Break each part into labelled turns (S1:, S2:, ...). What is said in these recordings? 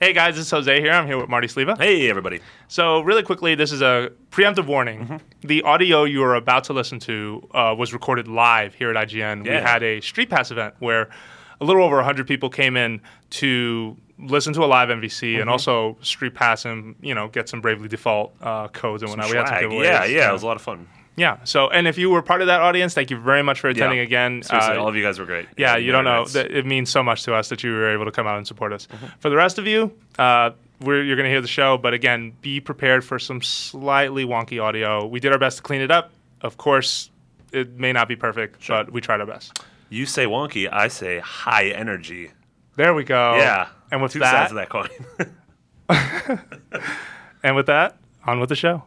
S1: Hey guys, it's Jose here. I'm here with Marty Sleva.
S2: Hey, everybody.
S1: So, really quickly, this is a preemptive warning.
S2: Mm-hmm.
S1: The audio you are about to listen to uh, was recorded live here at IGN. We
S2: Yeah.
S1: had a Street Pass event where a little over 100 people came in to listen to a live MVC
S2: Mm-hmm.
S1: and also Street Pass and you know get some Bravely Default uh, codes and whatnot. We had some
S2: Swag.
S1: giveaways.
S2: yeah, yeah, it was a lot of fun.
S1: Yeah. So, and if you were part of that audience, thank you very much for attending
S2: Yeah.
S1: again.
S2: Seriously,
S1: Uh,
S2: all of you guys were great.
S1: yeah, you don't know.
S2: Nice.
S1: That it means so much to us that you were able to come out and support us.
S2: Mm-hmm.
S1: For the rest of you, uh, we're, you're going to hear the show, but again, be prepared for some slightly wonky audio. We did our best to clean it up. Of course, it may not be perfect, but we tried our best.
S2: you say wonky, I say high energy.
S1: There we go.
S2: yeah.
S1: And with
S2: Two
S1: that,
S2: sides of Oh, that coin.
S1: and with that, on with the show.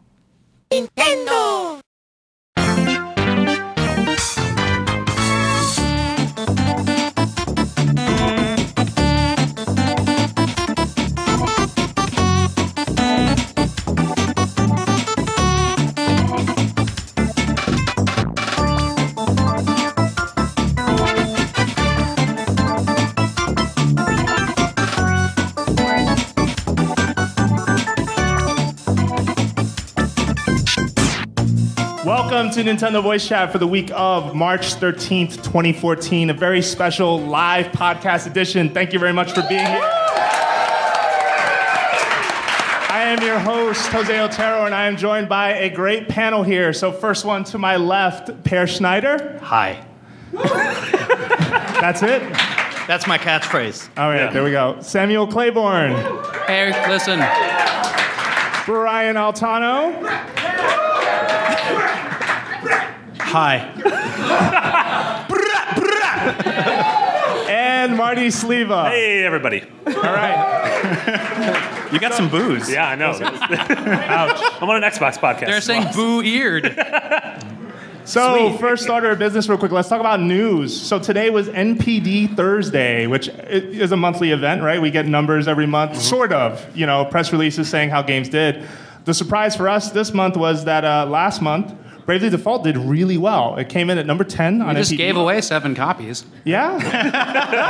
S3: Nintendo!
S1: Welcome to Nintendo Voice Chat for the week of March 13th, 2014, a very special live podcast edition. Thank you very much for being here. I am your host, Jose Otero, and I am joined by a great panel here. So, first one to my left, Per Schneider.
S4: Hi.
S1: That's it.
S4: That's my catchphrase.
S1: All right, there we go. Samuel Claiborne,
S4: Eric, listen.
S1: Brian Altano,
S4: Hi.
S1: and Marty Sleva.
S2: hey, everybody.
S1: All right.
S4: You got some booze.
S2: Yeah, I know. Ouch. I'm on an Xbox podcast.
S5: They're saying boo eared.
S1: So, first order of business, real quick. Let's talk about news. So, today was NPD Thursday, which i- is a monthly event, right? We get numbers every month,
S5: Mm-hmm.
S1: sort of. You know, press releases saying how games did. The surprise for us this month was that uh, last month, Bravely Default did really well. It came in at number 10 on
S5: I just
S1: NPD.
S5: gave away seven copies.
S1: Yeah,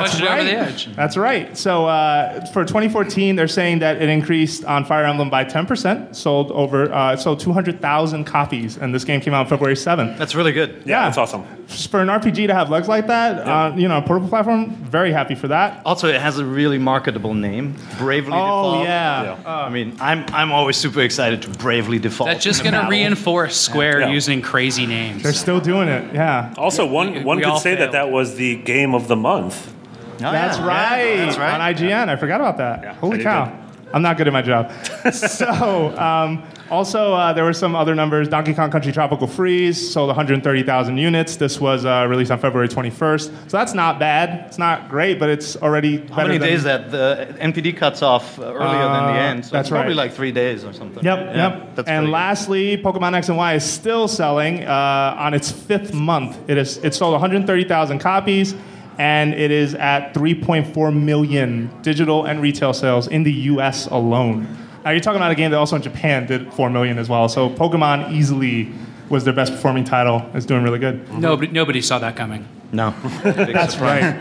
S5: Pushed it over the edge.
S1: that's right. So, uh, for 2014, they're saying that it increased on Fire Emblem by 10%, sold over uh, it sold 200,000 copies, and this game came out February 7th.
S4: That's really good.
S2: Yeah, that's awesome.
S1: Just for an RPG to have legs like that, uh, you know, portable platform, very happy for that.
S4: Also, it has a really marketable name, Bravely Default.
S1: Oh, yeah. Oh.
S4: I mean, I'm, I'm always super excited to Bravely Default.
S5: That's just
S4: in
S5: going
S4: a
S5: to
S4: battle.
S5: reinforce Square
S2: Yeah.
S5: using crazy names.
S1: They're still doing it. Yeah.
S2: Also, one
S5: we-
S2: one
S5: we
S2: could
S5: all
S2: say that
S5: failed.
S2: that was the game of the month.
S4: Oh, yeah.
S1: That's right.
S4: Yeah, that's right.
S1: On IGN. I forgot about that.
S2: Yeah, I
S1: Holy
S2: did
S1: cow.
S2: good.
S1: I'm not good at my job. so, um, also, uh, there were some other numbers. Donkey Kong Country Tropical Freeze sold 130,000 units. This was uh, released on February 21st. So, that's not bad. It's not great, but it's already
S4: How many days that the NPD cuts off uh, earlier than the end? So
S1: that's
S4: it's probably
S1: right.
S4: like three days or something.
S1: Yep,
S4: Yeah,
S1: yep.
S4: That's
S1: and
S4: pretty good.
S1: lastly, Pokemon X and Y is still selling uh, on its fifth month. It is it sold 130,000 copies, and it is at 3.4 million digital and retail sales in the U.S. alone. Now you're talking about a game that also in Japan did 4 million as well. So Pokemon easily was their best performing title. It's doing really good.
S5: Mm-hmm. Nobody, nobody saw that coming.
S4: No.
S1: That's right.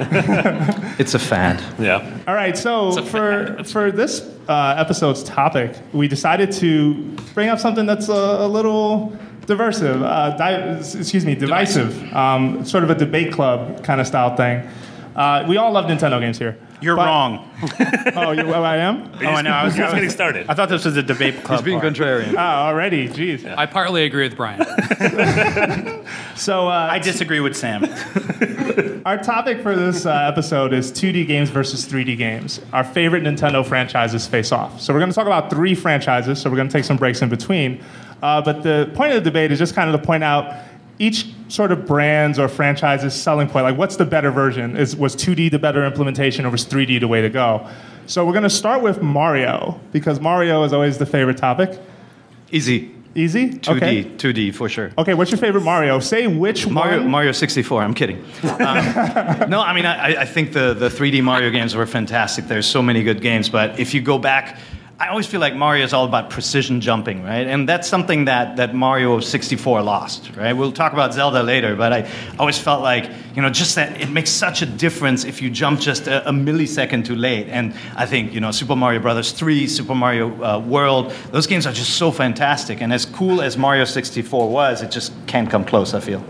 S4: it's a fad.
S2: Yeah.
S1: All right. So for for this uh, episode's topic, we decided to bring up something that's a, a little diversive. Uh, di- excuse me, divisive. Um, sort of a debate club kind of style thing. Uh, we all love Nintendo games here.
S6: You're
S1: But-
S6: wrong.
S1: Oh, you, oh, I am.
S6: Oh, I know. I was,
S2: Just
S6: I
S2: getting
S6: was-
S2: started.
S6: I thought this was a debate club.
S4: He's being
S6: part.
S4: contrarian.
S1: Ah, already. Jeez.
S5: I partly agree with Brian.
S1: So uh,
S6: I disagree with Sam.
S1: Our topic for this uh, episode is 2D games versus 3D games. Our favorite Nintendo franchises face off. So we're going to talk about three franchises. So we're going to take some breaks in between. Uh, but the point of the debate is just kind of to point out each sort of brand's or franchise's selling point. Like, what's the better version? Is was 2D the better implementation, or was 3D the way to go? So we're going to start with Mario because Mario is always the favorite topic.
S4: Easy.
S1: Easy.
S4: 2D.
S1: Okay.
S4: 2D for sure.
S1: Okay. What's your favorite Mario? Say which
S4: Mario,
S1: one.
S4: Mario 64. I'm kidding. Um, no, I mean, I, I think the, the 3D Mario games were fantastic. There's so many good games, but if you go back,
S7: I always feel like Mario is all about precision jumping, right? And that's something that, that Mario 64 lost, right? We'll talk about Zelda later, but I always felt like, you know, just that it makes such a difference if you jump just a, a millisecond too late. And I think, you know, Super Mario Brothers 3, Super Mario uh, World, those games are just so fantastic. And as cool as Mario 64 was, it just can't come close, I feel.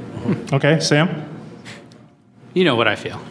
S1: Okay, Sam.
S5: You know what I feel.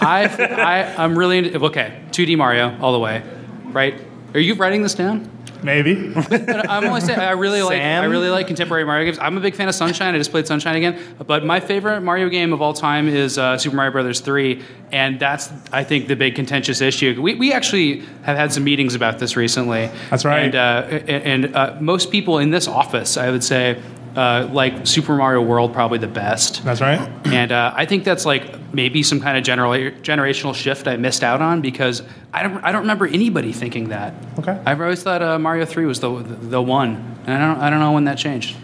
S5: I, I, I'm really into, okay. 2D Mario all the way, right? Are you writing this down?
S1: Maybe.
S5: But I'm only saying I really like I
S7: Sam?
S5: really like contemporary Mario games. I'm a big fan of Sunshine. I just played Sunshine again, but my favorite Mario game of all time is uh, Super Mario Brothers 3, and that's I think the big contentious issue. We, we actually have had some meetings about this recently.
S1: That's right.
S5: And, uh, a- and uh, most people in this office, I would say, uh, like Super Mario World probably the best.
S1: That's right.
S5: And uh, I think that's like maybe some kind of genera- generational shift I missed out on because I don't, I don't remember anybody thinking that.
S1: Okay.
S5: I've always thought uh, Mario 3 was the, the, one, and I don't, I don't know when that changed.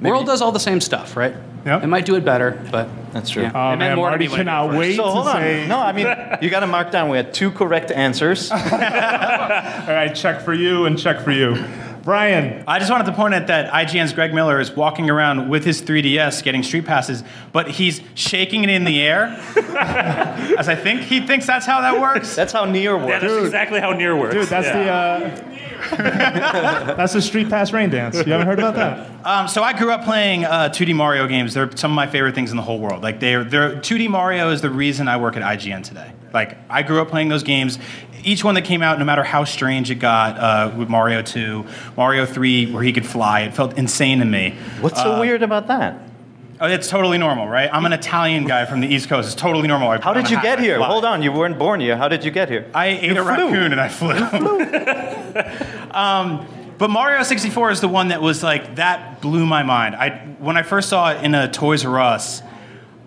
S5: World does all the same stuff, right?
S1: Yep.
S5: It might do it better, but.
S7: That's true.
S5: Yeah.
S1: Oh,
S5: It meant
S1: man,
S5: more to
S1: Marty
S5: me when it
S1: cannot
S5: first-
S1: wait
S7: So
S1: to
S7: hold on.
S1: say.
S7: No, I mean, you got to mark down. We had two correct answers.
S1: All right, check for you and check for you. Brian,
S6: I just wanted to point out that IGN's Greg Miller is walking around with his 3DS getting street passes, but he's shaking it in the air. as I think he thinks that's how that works.
S7: That's how near
S2: Yeah,
S7: works.
S2: that's exactly how near works.
S1: dude, that's uh,
S2: yeah.
S1: the uh, that's the street pass rain dance. You haven't heard about that?
S6: Um, so I grew up playing uh, 2D Mario games. They're some of my favorite things in the whole world. Like they're, they're 2D Mario is the reason I work at IGN today. Like I grew up playing those games. Each one that came out, no matter how strange it got, uh, with Mario 2, Mario 3, where he could fly, it felt insane to me.
S7: What's
S6: uh,
S7: so weird about that?
S6: Oh, it's totally normal, right? I'm an Italian guy from the East Coast. It's totally normal. I
S7: How
S6: put on
S7: did
S6: a
S7: you
S6: hat
S7: get
S6: and I
S7: here?
S6: fly.
S7: Hold on, you weren't born here. How did you get here?
S6: I ate a raccoon and I flew. um, but Mario 64 is the one that was like that blew my mind. I when I first saw it in a Toys R Us,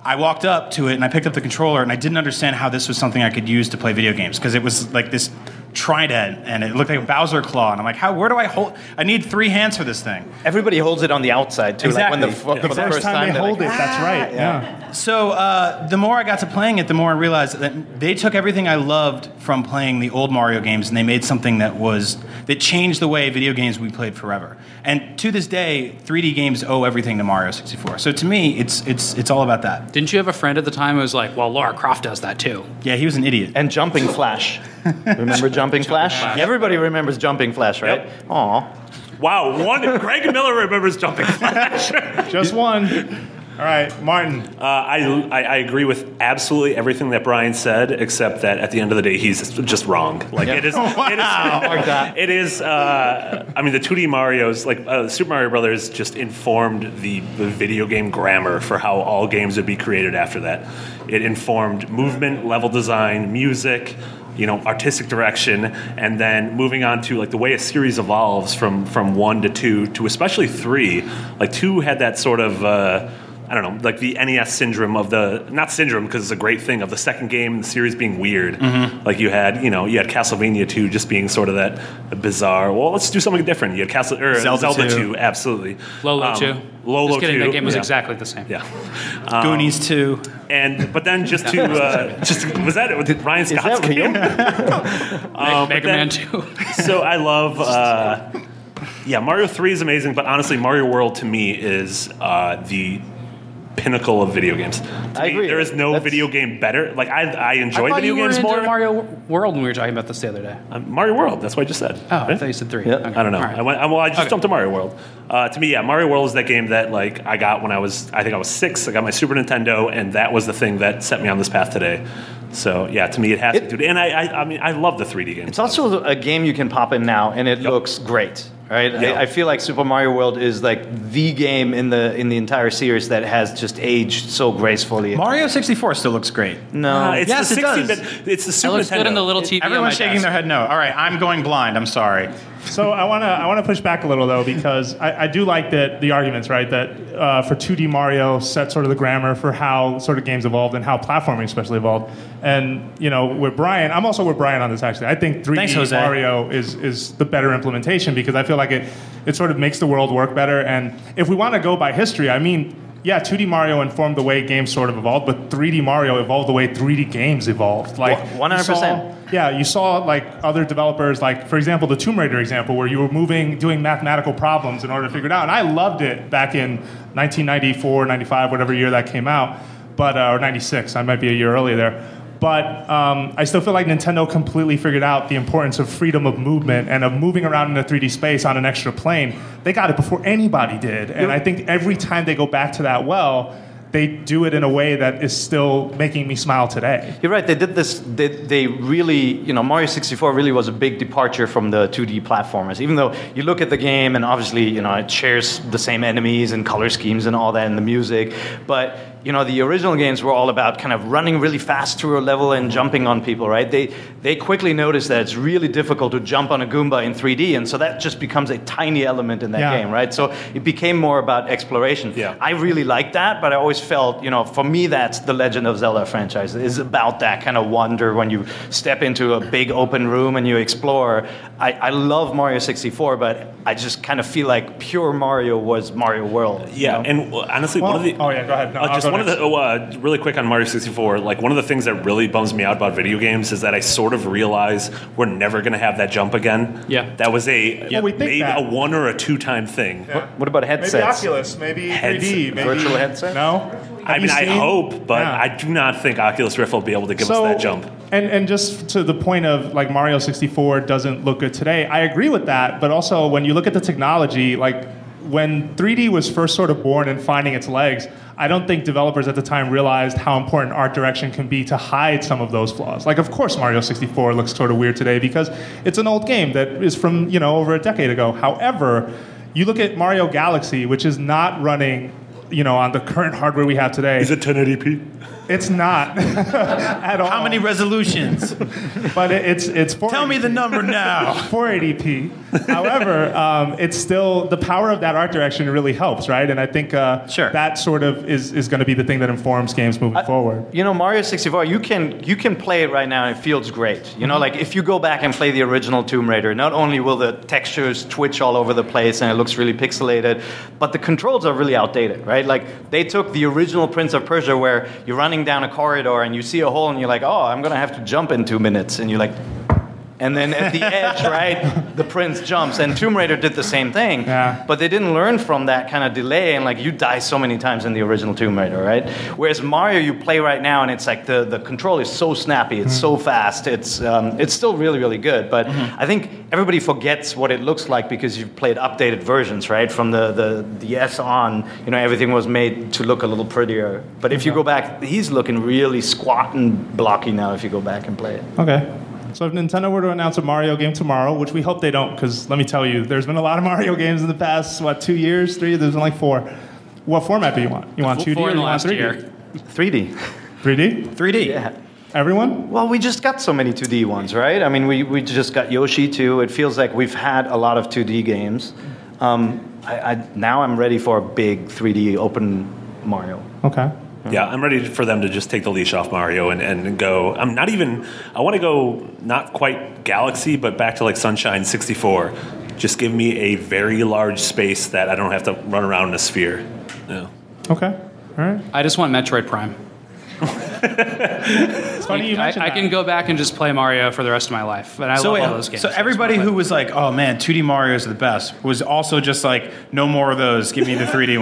S6: I walked up to it and I picked up the controller and I didn't understand how this was something I could use to play video games because it was like this trident and it looked like a Bowser claw and I'm like, how? Where do I hold? I need three hands for this thing.
S7: Everybody holds it on the outside too, like when the,
S6: Exactly.
S7: f- for the
S1: First time they
S7: they're
S1: hold
S7: like,
S1: it. That's right. Yeah.
S6: So uh, the more I got to playing it, the more I realized that they took everything I loved from playing the old Mario games, and they made something that was that changed the way video games we played forever. And to this day, 3D games owe everything to Mario 64. So to me, it's it's it's all about that.
S5: Didn't you have a friend at the time who was like, well, Laura Croft does that too?
S6: Yeah, he was an idiot.
S7: And jumping flash. Remember jumping flash? Everybody remembers jumping flash, right?
S2: Yep.
S7: Aw.
S2: Wow, one Greg Miller remembers jumping flash. uh,
S1: Just one. All right, Martin.
S2: I, I I agree with absolutely everything that Brian said, except that at the end of the day, he's just wrong. Like it is, it is,
S7: that.
S2: it is. Uh, I mean, the 2D Mario's like uh, Super Mario Brothers just informed the, the video game grammar for how all games would be created after that. It informed movement, level design, music. You know, artistic direction, and then moving on to like the way a series evolves from from one to two to especially three. Like two had that sort of uh, I don't know, like the NES syndrome of the not syndrome because it's a great thing of the second game in the series being weird. Like you had, you know, you had Castlevania two just being sort of that bizarre. Well, let's do something different. You had Castle or
S6: Zelda
S2: Zelda,
S6: 2.
S2: two, absolutely.
S5: Lolo
S2: Um,
S5: too.
S2: Lolo
S5: Just kidding,
S2: two.
S5: that game was
S2: yeah.
S5: exactly the same.
S2: Yeah,
S6: Goonies 2.
S2: and but then just to uh, just was that with Ryan Scott's
S7: that real?
S2: game?
S5: Meg- Mega
S2: Um, then-
S5: Man 2.
S2: so I love. Uh, yeah, Mario Three is amazing, but honestly, Mario World to me is uh, the pinnacle of video games. To
S7: I
S2: me,
S7: agree.
S2: there is no
S7: That's-
S2: video game better. Like I, I enjoy
S5: I thought
S2: video
S5: you were
S2: games
S5: into
S2: more.
S5: Mario World when we were talking about this the other day.
S2: Uh, Mario World. That's what I just said.
S5: Oh, I
S2: Right?
S5: thought you said three.
S7: Yeah.
S5: Okay,
S2: I don't know.
S5: all right.
S2: I went. I, well, I just
S5: Okay.
S2: jumped to Mario World. Uh, to me, yeah, Mario World is that game that like I got when I was. I think I was six. I got my Super Nintendo, and that was the thing that set me on this path today. So yeah, to me, it has
S7: It-
S2: to do. And I, I, I mean, I love the 3D games.
S7: It's also a game you can pop in now, and it looks great. Right?
S2: Yeah.
S7: I, I feel like Super Mario World is like the game in the in the entire series that has just aged so gracefully.
S6: Mario 64 still looks great.
S7: no,
S2: Uh, it's
S6: Yes,
S2: the
S6: it does.
S2: 16-bit It's the
S5: It
S2: Super
S5: looks
S2: Nintendo.
S5: good in the little TV. on my
S6: Everyone's shaking
S5: desk.
S6: their head no. All right, I'm going blind. I'm sorry.
S1: So I wanna I wanna push back a little though because I, I do like that the arguments right that uh, for 2D Mario set sort of the grammar for how sort of games evolved and how platforming especially evolved. And you know with Brian, I'm also with Brian on this actually. I think 3D
S6: Thanks, Jose.
S1: Mario is is the better implementation because I feel like it it sort of makes the world work better. And if we want to go by history, I mean yeah, 2D Mario informed the way games sort of evolved, but 3D Mario evolved the way 3D games evolved. Like
S7: Wha- 100%.
S1: you saw- Yeah, you saw like other developers, like for example, the Tomb Raider example, where you were moving, doing mathematical problems in order to figure it out. And I loved it back in 1994, 95, whatever year that came out, but uh, or 96. I might be a year earlier there. But um, I still feel like Nintendo completely figured out the importance of freedom of movement and of moving around in a 3D space on an extra plane. They got it before anybody did. And I think every time they go back to that well, they do it in a way that is still making me smile today.
S7: You're right. They did this. They, they really, you know, Mario 64 really was a big departure from the 2D platformers. Even though you look at the game and obviously, you know, it shares the same enemies and color schemes and all that, and the music. But you know, the original games were all about kind of running really fast through a level and jumping on people. Right? They they quickly noticed that it's really difficult to jump on a Goomba in 3D, and so that just becomes a tiny element in that
S1: Yeah.
S7: game. Right? So it became more about exploration.
S2: Yeah.
S7: I really liked that, but I always felt, you know, for me, that's the Legend of Zelda franchise is about that kind of wonder when you step into a big open room and you explore. I, I love Mario 64, but I just kind of feel like pure Mario was Mario World. you
S2: Yeah,
S7: know?
S2: and well, honestly, one of
S1: Well-
S2: the
S1: oh, yeah, go ahead. No,
S2: uh,
S1: I'll
S2: just
S1: go
S2: one of
S1: next.
S2: the oh, uh, really quick on Mario sixty four. Like one of the things that really bums me out about video games is that I sort of realize we're never going to have that jump again.
S5: Yeah.
S2: that was a
S1: Well, we think
S2: maybe
S1: that.
S2: a one or a two time thing.
S7: what about headsets?
S1: Maybe Oculus, maybe 3D,
S2: Headset-
S1: maybe
S7: virtual headsets?
S1: No,
S2: I
S1: Have you
S2: mean, I
S1: seen-
S2: hope, but
S1: Yeah.
S2: I do not think Oculus Rift will be able to give us that jump.
S1: And and just to the point of like Mario 64 doesn't look good today. I agree with that, but also when you look at the technology, like when 3D was first sort of born and finding its legs, I don't think developers at the time realized how important art direction can be to hide some of those flaws. Like of course Mario 64 looks sort of weird today because it's an old game that is from, you know, over a decade ago. However, you look at Mario Galaxy, which is not running, you know, on the current hardware we have today.
S2: Is it 1080p?
S1: it's not at all
S6: How many resolutions?
S1: but it, it's it's 480,
S6: Tell me the number now.
S1: 480p. However, um, it's still the power of that art direction really helps, right? And I think uh,
S6: Sure.
S1: that sort of is is going to be the thing that informs games moving forward.
S7: You know, Mario 64, you can you can play it right now and it feels great. You know, like if you go back and play the original Tomb Raider, not only will the textures twitch all over the place and it looks really pixelated, but the controls are really outdated, right? Like they took the original Prince of Persia where you're running down a corridor and you see a hole and you're like, "Oh, I'm going to have to jump in 2 minutes." And you're like and then at the edge, right, the prince jumps. And Tomb Raider did the same thing.
S1: Yeah.
S7: But they didn't learn from that kind of delay. And like you die so many times in the original Tomb Raider, right? Whereas Mario, you play right now, and it's like the, the control is so snappy, it's so fast, it's um, it's still really really good. But I think everybody forgets what it looks like because you've played updated versions, right? From the the the S on, you know, everything was made to look a little prettier. But if you go back, he's looking really squat and blocky now. If you go back and play it.
S1: Okay. So if Nintendo were to announce a Mario game tomorrow, which we hope they don't, because let me tell you, there's been a lot of Mario games in the past what two years, three. There's been like four. What format do you want? You want 2D
S5: Four
S1: or
S5: in
S1: you
S5: the
S1: want
S5: last
S1: 3D?
S5: year.
S7: 3D.
S1: 3D.
S6: 3D.
S7: Yeah.
S1: Everyone.
S7: Well, we just got so many 2D ones, right? I mean, we, we just got Yoshi too. It feels like we've had a lot of 2D games. Um, I, I, now I'm ready for a big 3D open Mario.
S1: Okay.
S2: Yeah, I'm ready for them to just take the leash off Mario and, and go. I'm not even. I want to go not quite Galaxy, but back to like Sunshine 64. Just give me a very large space that I don't have to run around in a sphere. Yeah.
S1: Okay. All right.
S5: I just want Metroid Prime.
S1: It's funny you
S5: I,
S1: mentioned
S5: I
S1: that.
S5: can go back and just play Mario for the rest of my life, and I
S6: So,
S5: love
S6: wait,
S5: all those games.
S6: so everybody who was like, "Oh man, 2D Mario's are the best," was also just like, "No more of those. Give me the 3D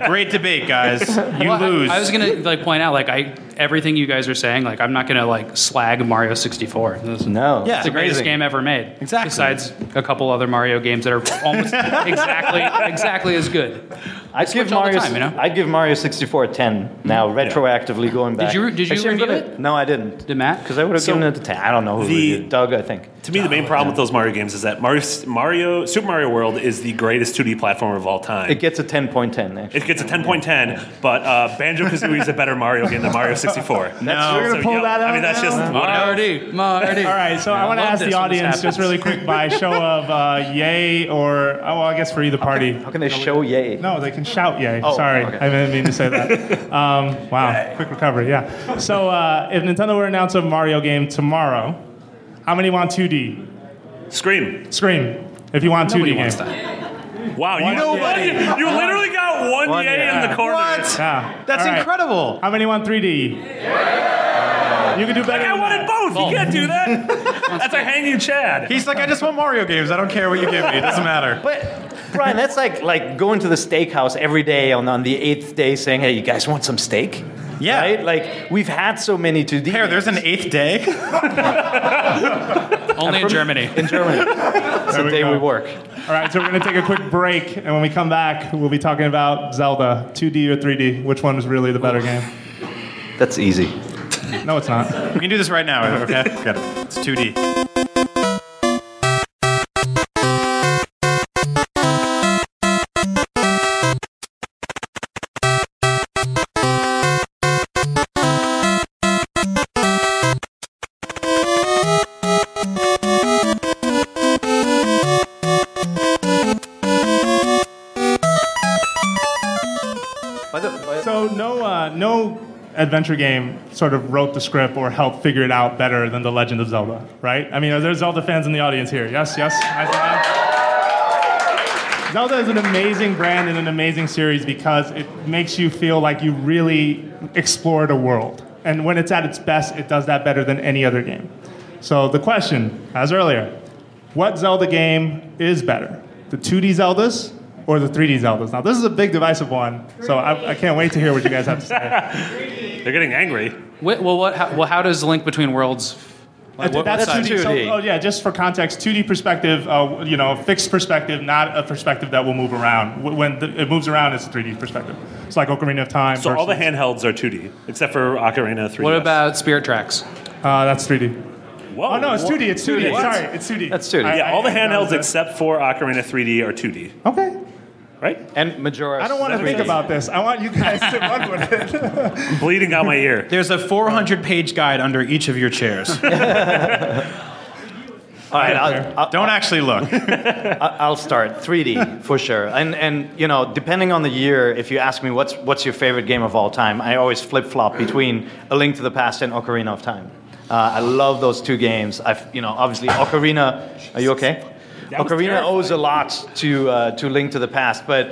S6: one." Great debate, guys. You
S5: Well, I-
S6: lose.
S5: I, was gonna like point out like I everything you guys are saying like I'm not gonna like slag Mario 64. This is-
S7: No.
S6: Yeah.
S5: It's the greatest
S6: amazing.
S5: game ever made.
S6: Exactly.
S5: Besides a couple other Mario games that are almost exactly exactly as good.
S7: I'd give,
S5: switch all the
S7: Mario,
S5: time, you know?
S7: I'd give Mario 64 a 10 now, retroactively going back.
S5: you- did you
S7: Mm-hmm. Actually, I'm
S5: review
S7: gonna-
S5: it?
S7: No, I didn't.
S5: Did Matt?
S7: Because I would have
S2: So-
S7: given it a 10. I don't know who
S2: The-
S7: reviewed. Doug, I think.
S2: To me, the main problem with those Mario games is that Mario, Mario Super Mario World is the greatest 2D platformer of all time.
S7: It gets a 10.10, actually.
S2: It gets a 10.10, but uh, Banjo Kazooie is a better Mario game than Mario 64.
S7: Oh,
S6: No.
S1: We're gonna pull
S2: yeah,
S1: that out
S2: I mean, that's
S1: now?
S2: just
S5: Marty, Marty.
S1: All right, so I want to
S5: love
S1: ask
S5: this
S1: the
S5: when this
S1: audience
S5: happens.
S1: just really quick by show of uh, yay or, oh, well, I guess for either party.
S7: How can they show yay?
S1: No, they can shout yay.
S7: Oh,
S1: Sorry,
S7: okay.
S1: I didn't mean to say that. um, wow, quick recovery, yeah. So uh, if Nintendo were to announce a Mario game tomorrow, how many want 2D?
S2: Scream.
S1: Scream if you want 2D
S5: Nobody
S1: game.
S5: wants that.
S2: Wow, you,
S4: Nobody.
S2: You, you literally got one,
S7: One
S2: yay
S7: yay.
S2: in the corner.
S4: What?
S1: Yeah.
S4: That's
S1: All right.
S4: incredible.
S1: How many want 3D? You can do better.
S2: I
S1: than
S2: wanted
S1: that.
S2: both. You can't do that. That's a hanging Chad.
S6: He's like, I just want Mario games. I don't care what you give me. It doesn't matter.
S7: But Brian, that's like like going to the steakhouse every day on, on the eighth day saying, Hey, you guys want some steak?
S6: Yeah.
S7: Right? Like we've had so many to do.
S6: Here, there's an eighth day.
S5: Only in Germany.
S7: in Germany. it's
S1: There
S7: the
S1: we
S7: day we
S1: go.
S7: work.
S1: All right, so we're going to take a quick break, and when we come back, we'll be talking about Zelda 2D or 3D. Which one is really the better game?
S7: That's easy.
S1: No, it's not.
S6: we can do this right now. Okay. Got it. It's 2D.
S7: By the, by-
S1: So no, uh, no adventure game sort of wrote the script or helped figure it out better than The Legend of Zelda, right? I mean, are there Zelda fans in the audience here? Yes, yes. Nice hand. Zelda is an amazing brand and an amazing series because it makes you feel like you really explored a world. And when it's at its best, it does that better than any other game. So the question, as earlier, what Zelda game is better, the 2D Zeldas or the 3D Zeldas? Now, this is a big divisive one, so I, I can't wait to hear what you guys have to say.
S2: They're getting angry.
S5: Wait, well, what? How, well, how does the link between worlds?
S1: Uh, that's
S7: website?
S1: 2D. So,
S7: 2D.
S1: oh yeah, just for context, 2D perspective, uh, you know, fixed perspective, not a perspective that will move around. Wh- When the, it moves around, it's a 3D perspective. It's like Ocarina of Time.
S2: So all the
S1: versus-
S2: handhelds are 2D, except for Ocarina 3.
S5: What about Spirit Tracks?
S1: uh, that's 3D.
S2: Whoa,
S1: Oh no, it's 2D. It's 2D.
S2: What?
S1: Sorry, it's 2D.
S7: That's 2D.
S1: I-
S2: Yeah, all the
S1: I- that was
S2: handhelds
S1: a-
S2: except for Ocarina 3D are 2D,
S1: Okay.
S2: right?
S7: and Majora's.
S1: I don't want to think about this. I want you guys to run with it.
S2: I'm bleeding out my ear.
S6: There's a 400 page guide under each of your chairs.
S7: All right, I'll, I'll,
S6: Don't actually look.
S7: I'll start 3D for sure. And and you know, depending on the year, if you ask me what's what's your favorite game of all time, I always flip flop between A Link to the Past and Ocarina of Time. Uh, I love those two games. I've you know obviously Ocarina. Are you okay?
S2: was
S7: Ocarina owes a lot to uh, to Link to the Past, but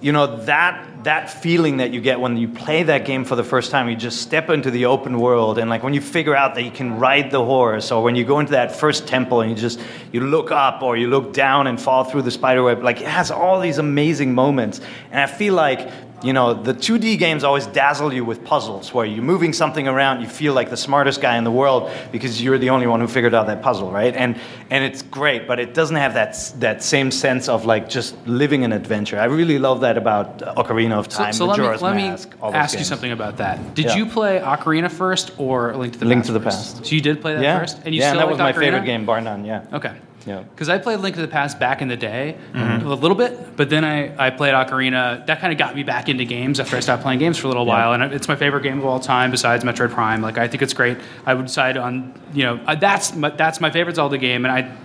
S7: you know that that feeling that you get when you play that game for the first time you just step into the open world and like when you figure out that you can ride the horse or when you go into that first temple and you just you look up or you look down and fall through the spider web like it has all these amazing moments and i feel like you know the 2d games always dazzle you with puzzles where you're moving something around you feel like the smartest guy in the world because you're the only one who figured out that puzzle right and and it's great but it doesn't have that s- that same sense of like just living an adventure i really love that about uh, ocarina of
S5: So,
S7: time
S5: so let me,
S7: Majora's
S5: let me
S7: Mask, all those
S5: ask you
S7: games.
S5: something about that. Did
S7: Yeah.
S5: you play Ocarina first or Link to the
S7: Link
S5: Past?
S7: to the
S5: first?
S7: Past.
S5: So you did play that
S7: yeah
S5: first, and you
S7: yeah
S5: still
S7: that
S5: liked
S7: was my
S5: Ocarina?
S7: favorite game bar none yeah
S5: Okay.
S7: Yeah. Mm-hmm.
S5: Because I played Link to the Past back in the day a little bit, but then I, I played Ocarina. That kind of got me back into games after I stopped playing games for a little while, and it's my favorite game of all time besides Metroid Prime. Like I think it's great. I would decide on you know uh, that's my, that's my favorite Zelda game, and I.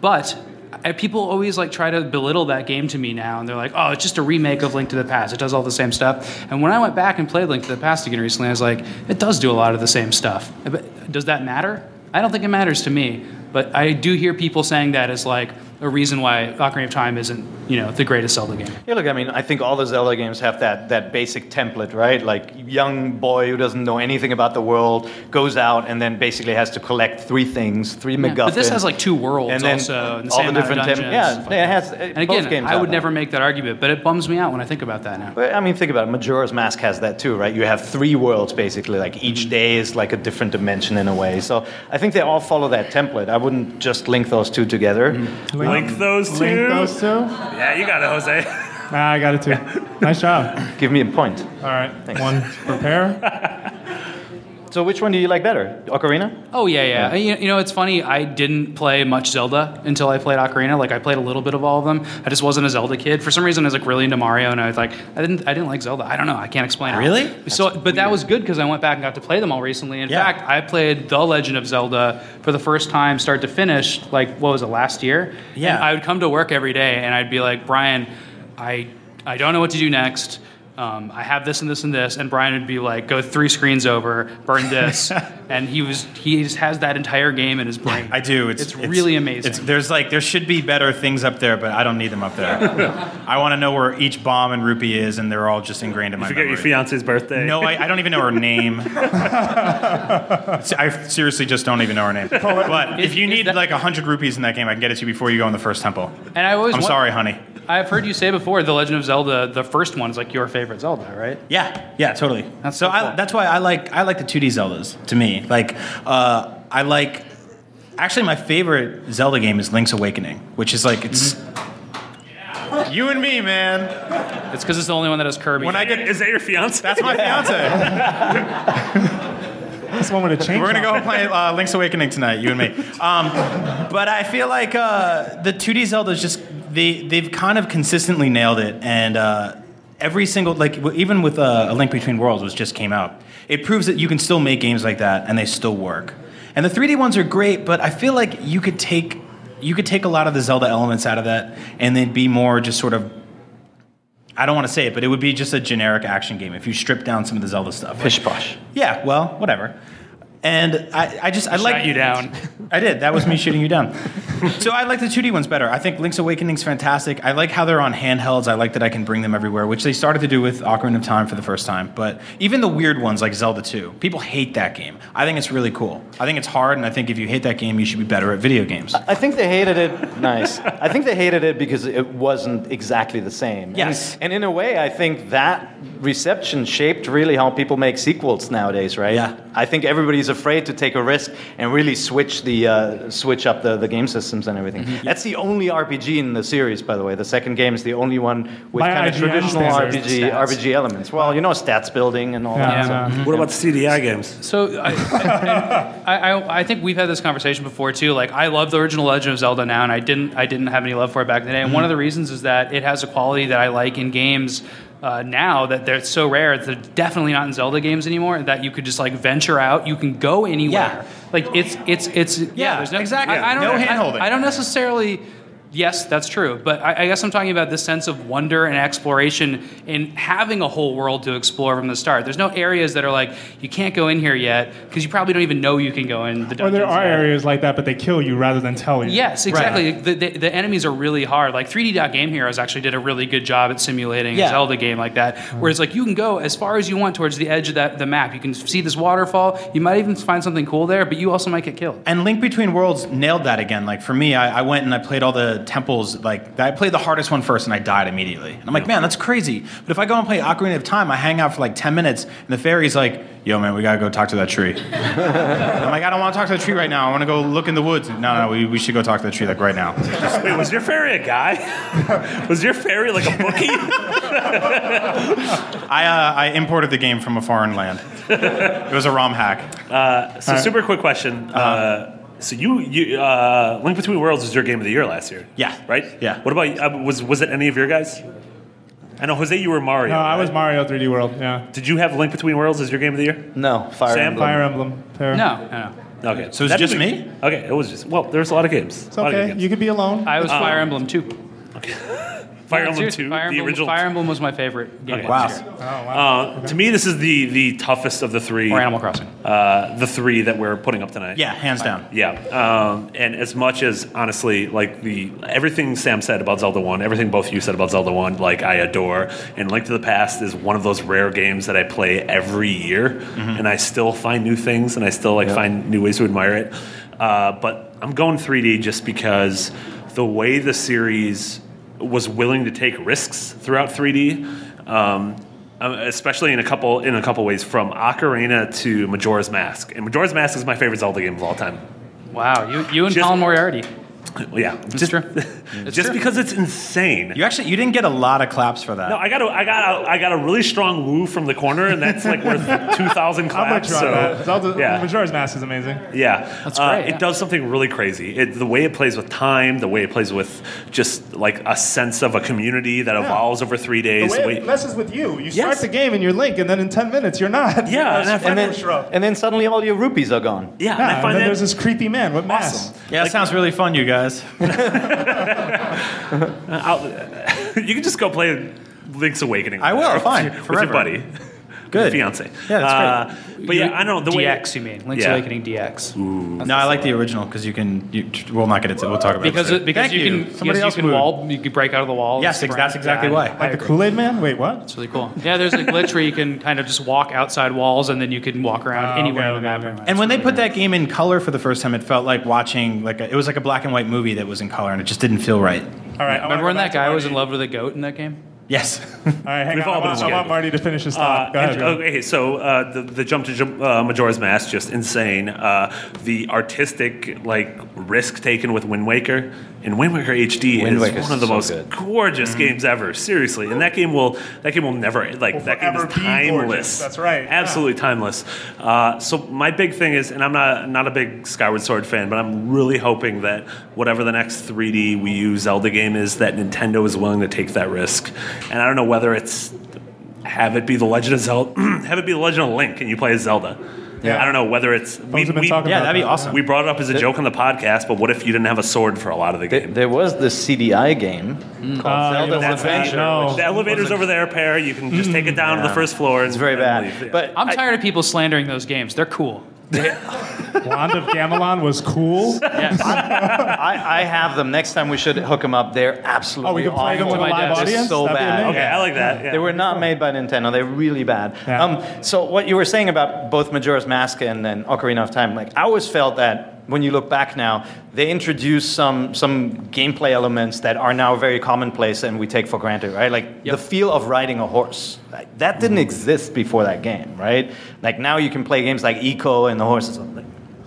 S5: But I, people always like try to belittle that game to me now, and they're like, "Oh, it's just a remake of Link to the Past. It does all the same stuff." And when I went back and played Link to the Past again recently, I was like, "It does do a lot of the same stuff." But does that matter? I don't think it matters to me. But I do hear people saying that as like a reason why Ocarina of Time isn't, you know, the greatest Zelda game.
S7: Yeah, look, I mean, I think all the Zelda games have that, that basic template, right? Like, young boy who doesn't know anything about the world goes out and then basically has to collect three things, three MacGuffins.
S5: but this has like two worlds
S7: and then
S5: also, and the
S7: all
S5: same
S7: the
S5: amount of
S7: different
S5: dungeons and
S7: Yeah,
S5: stuff
S7: yeah, it has.
S5: And again,
S7: games
S5: I
S7: have
S5: would
S7: that.
S5: never make that argument, but it bums me out when I think about that now.
S7: But I mean, think about it. Majora's Mask has that too, right? You have three worlds basically. Like each day is like a different dimension in a way. So I think they all follow that template. I wouldn't just link those two together.
S2: Link those two.
S1: Link those two. Ah,
S2: Yeah, you got it, Jose.
S1: I got it too. Nice job.
S7: Give me a point.
S1: All right, one prepare.
S7: So which one do you like better, Ocarina?
S5: Oh yeah, yeah. And You, you know, it's funny. I didn't play much Zelda until I played Ocarina. Like I played a little bit of all of them. I just wasn't a Zelda kid. For some reason, I was like really into Mario, and I was like, I didn't, I didn't like Zelda. I don't know. I can't explain. it.
S6: Really?
S5: So, but that was good because I went back and got to play them all recently. In
S6: Yeah.
S5: fact, I played The Legend of Zelda for the first time, start to finish. Like what was it last year?
S6: Yeah.
S5: And I would come to work every day, and I'd be like, Brian, I, I don't know what to do next. um, I have this and this and this, and Brian would be like, go three screens over, burn this, and he was he just has that entire game in his brain.
S6: I do. It's,
S5: It's really amazing.
S6: It's, there's like there should be better things up there, but I don't need them up there. I want to know where each bomb and rupee is, and they're all just ingrained in my
S2: Forget
S6: memory.
S2: your fiance's birthday.
S6: no, I, I don't even know her name. Se- I seriously just don't even know her name. But if you
S5: is
S6: need
S5: that-
S6: like hundred rupees in that game, I can get it to you before you go in the first temple.
S5: and I always
S6: I'm
S5: won-
S6: sorry, honey.
S5: I've heard you say before, The Legend of Zelda, the first one is like your favorite Zelda, right?
S6: Yeah, yeah, totally.
S5: That's
S6: so
S5: so
S6: I,
S5: cool.
S6: that's why I like I like the 2D Zeldas. To me, like uh, I like actually my favorite Zelda game is Link's Awakening, which is like it's
S5: Mm-hmm.
S6: you and me, man.
S5: It's because it's the only one that has Kirby.
S6: When I get
S2: Is that your fiance?
S6: that's my fiance.
S1: That's one with a chain.
S6: We're gonna go play uh, Link's Awakening tonight, you and me. Um, but I feel like uh, the 2D Zeldas just they they've kind of consistently nailed it, and uh, every single like w- even with uh, A Link Between Worlds, which just came out, it proves that you can still make games like that and they still work. And the 3D ones are great, but I feel like you could take you could take a lot of the Zelda elements out of that, and they'd be more just sort of. I don't want to say it, but it would be just a generic action game if you strip down some of the Zelda stuff.
S7: Pish posh.
S6: Yeah, well, whatever. And I, I just I like
S5: shot you down.
S6: I did. That was me shooting you down. So I like the 2D ones better. I think Link's Awakening's fantastic. I like how they're on handhelds. I like that I can bring them everywhere, which they started to do with Ocarina of Time for the first time. But even the weird ones like Zelda 2, people hate that game. I think it's really cool. I think it's hard, and I think if you hate that game, you should be better at video games.
S7: I think they hated it. Nice. I think they hated it because it wasn't exactly the same. And-
S6: Yes.
S7: And, in a way, I think that reception shaped really how people make sequels nowadays, right?
S6: Yeah.
S7: I think everybody's afraid to take a risk and really switch the uh, switch up the, the game systems and everything.
S6: Mm-hmm.
S7: That's the only RPG in the series, by the way. The second game is the only one with
S1: By
S7: kind of
S1: IGN
S7: traditional
S1: standards.
S7: RPG RPG elements. Well, you know, stats building and all that.
S1: Yeah.
S5: Yeah.
S2: What about the CDI games?
S5: So I, I, I, I think we've had this conversation before too. Like I love the original Legend of Zelda now, and I didn't I didn't have any love for it back in the day. And
S6: Mm-hmm.
S5: one of the reasons is that it has a quality that I like in games uh, now that they're so rare. They're definitely not in Zelda games anymore. That you could just like venture out. You can go anywhere.
S6: Yeah.
S5: Like it's it's it's yeah. there's no,
S6: exactly.
S5: I, I don't
S6: No
S5: I-
S6: handholding.
S5: I, don't necessarily. Yes, that's true. But I, I guess I'm talking about this sense of wonder and exploration and having a whole world to explore from the start. There's no areas that are like, you can't go in here yet because you probably don't even know you can go in the dungeons.
S1: Or there are
S5: yet.
S1: areas like that, but they kill you rather than tell you.
S5: Yes, exactly. The, the, the enemies are really hard. Like 3D Game Heroes actually did a really good job at simulating a
S6: Yeah.
S5: Zelda game like that, where it's like you can go as far as you want towards the edge of that the map. You can see this waterfall. You might even find something cool there, but you also might get killed.
S6: And Link Between Worlds nailed that again. Like for me, I, I went and I played all the temples. Like I played the hardest one first, and I died immediately. And I'm like, man, that's crazy. But if I go and play Ocarina of Time, I hang out for like ten minutes, and the fairy's like, "Yo, man, we gotta go talk to that tree." I'm like, I don't want to talk to the tree right now. I want to go look in the woods. No, no, we, we should go talk to the tree like right now.
S2: Wait, was your fairy a guy? was your fairy like a bookie?
S6: I uh, I imported the game from a foreign land. It was a ROM hack.
S2: so, super quick question.
S6: Um,
S2: Uh, so you, you uh, Link Between Worlds was your game of the year last year.
S6: Yeah.
S2: Right.
S6: Yeah.
S2: What about uh, was was it any of your guys? I know Jose, you were Mario.
S1: No, I
S2: right?
S1: was Mario 3D World. Yeah.
S2: Did you have Link Between Worlds as your game of the year?
S7: No, Fire
S2: Sam,
S7: Emblem.
S1: Fire Emblem. Terror.
S5: No, no, no.
S2: Okay.
S6: So it's
S2: That
S6: just
S2: didn't-
S6: me?
S2: Okay. It was just well, there was a lot of games.
S1: It's okay. You could be alone.
S5: I was Fire Emblem too.
S2: Fire Emblem
S5: Seriously,
S2: Two,
S5: Fire
S2: the
S5: Emblem,
S2: original.
S5: Fire Emblem was my favorite game.
S2: Okay.
S5: last
S6: Wow.
S5: year.
S2: Uh, To me, this is the the toughest of the three.
S5: Or Animal Crossing.
S2: Uh, the three that we're putting up tonight.
S6: Yeah, hands down.
S2: Yeah, um, and as much as honestly, like the everything Sam said about Zelda One, everything both you said about Zelda One, like I adore. And Link to the Past is one of those rare games that I play every year, and I still find new things, and I still like find new ways to admire it. Uh, but I'm going 3D just because the way the series was willing to take risks throughout 3D. Um, um, especially in a couple in a couple ways, from Ocarina to Majora's Mask, and Majora's Mask is my favorite Zelda game of all time.
S5: Wow, you, you and
S2: Just-
S5: Colin Moriarty.
S2: Yeah,
S5: It's true.
S2: just
S5: true.
S2: because it's insane.
S6: You actually you didn't get a lot of claps for that.
S2: No, I got a, I got a, I got a really strong woo from the corner, and that's like worth two thousand
S1: I'm with
S2: claps.
S1: you on that.
S2: So,
S1: Zelda,
S2: yeah,
S1: Majora's Mask is amazing.
S2: yeah,
S5: That's
S2: Uh,
S5: great,
S2: it
S5: yeah.
S2: does something really crazy. It, the way it plays with time, the way it plays with just like a sense of a community that evolves over three
S1: The
S2: days.
S1: way
S2: the
S1: it
S2: way-
S1: messes with you. You
S2: Yes.
S1: start the game and you're Link, and then in 10 minutes you're not.
S2: Yeah, and I
S1: and
S2: find
S1: then,
S7: And then, and then suddenly all your rupees are gone.
S2: yeah,
S1: yeah,
S2: and I
S1: and
S2: find
S1: then
S2: that
S1: there's this creepy man with masks.
S2: awesome.
S6: yeah, that sounds really fun, you guys.
S2: I'll- you can just go play Link's Awakening.
S6: I will, fine,
S2: With your- With
S6: forever.
S2: your buddy.
S6: Good.
S2: Fiance.
S6: Yeah, that's
S2: great. but yeah, I don't know. The way
S5: DX, you mean? Link's
S2: Yeah.
S5: Awakening DX.
S6: No, I like the original because you can. You, we'll not get into. We'll talk about
S5: Because
S6: it.
S5: it, because
S6: Thank
S5: you, can
S6: Somebody
S5: because
S6: else
S5: you can
S6: moved.
S5: wall you can break out of the wall. and
S6: Yes,
S5: skip
S6: ex-
S5: around.
S6: that's exactly why.
S5: I
S6: Like
S1: The
S5: agree.
S1: Kool Aid Man? Wait, what?
S5: It's really cool. Yeah, there's a glitch where you can kind of just walk outside walls and then you can walk around anywhere
S1: okay,
S5: on the
S1: okay,
S5: map.
S1: okay.
S6: And when they put that game in color for the first time, it felt like watching like a, it was like a black and white movie that was in color, and it just didn't feel right.
S1: All right. I wanna
S5: Remember when
S1: go
S5: that
S1: back to
S5: guy was
S1: Marty.
S5: in love with a goat in that game?
S6: Yes.
S1: All right, hang
S2: We've
S1: on. I
S2: all
S1: want, I
S2: been together.
S1: want Marty to finish his thought.
S2: Uh,
S1: Go ahead.
S2: and-
S1: Joe.
S2: okay, so uh, the, the jump to jump, uh, Majora's Mask just insane. Uh, the artistic like risk taken with Wind Waker and Wind Waker HD
S7: Wind
S2: is
S7: Waker's
S2: one of the
S7: so
S2: most
S7: good.
S2: gorgeous
S1: Mm-hmm.
S2: games ever. Seriously, and that game will that game will never like
S1: Will
S2: that game is
S1: forever be gorgeous.
S2: timeless.
S1: That's right, yeah.
S2: absolutely timeless. Uh, so my big thing is, and I'm not not a big Skyward Sword fan, but I'm really hoping that whatever the next 3D Wii U Zelda game is, that Nintendo is willing to take that risk. And I don't know whether it's have it be the Legend of Zelda, have it be the Legend of Link, and you play as Zelda.
S1: Yeah.
S2: I don't know whether it's we,
S1: have been
S2: we-
S1: talking
S6: yeah,
S1: about
S6: that'd be
S1: that.
S6: awesome.
S2: we brought it up as a joke on the podcast, but what if you didn't have a sword for a lot of the
S7: There,
S2: game?
S7: there was the CDI game called
S1: Uh, you know,
S7: Zelda
S1: that's-
S7: Adventure.
S1: no. Mm.
S7: which-
S2: The elevator's over there, pair. You can just take it down to the first floor.
S7: It's very bad. But
S5: I'm
S7: I-
S5: tired of people slandering those games. They're cool.
S1: Wand of Gamelon was cool.
S7: I, I have them. Next time we should hook them up. They're absolutely
S1: Oh, we can play them
S7: awful.
S1: with a live
S7: They're
S1: audience?
S7: so
S1: That'd be
S7: bad.
S1: amazing.
S2: okay, I like that.
S7: They
S2: Yeah.
S7: were not made by Nintendo. They're really bad.
S1: Yeah.
S7: Um, so what you were saying about both Majora's Mask and, and Ocarina of Time, like I always felt that when you look back now, they introduced some some gameplay elements that are now very commonplace and we take for granted, right? Like the feel of riding a horse. Like, that didn't
S2: Mm-hmm.
S7: exist before that game, right? Like now you can play games like Eco and the horses. Like,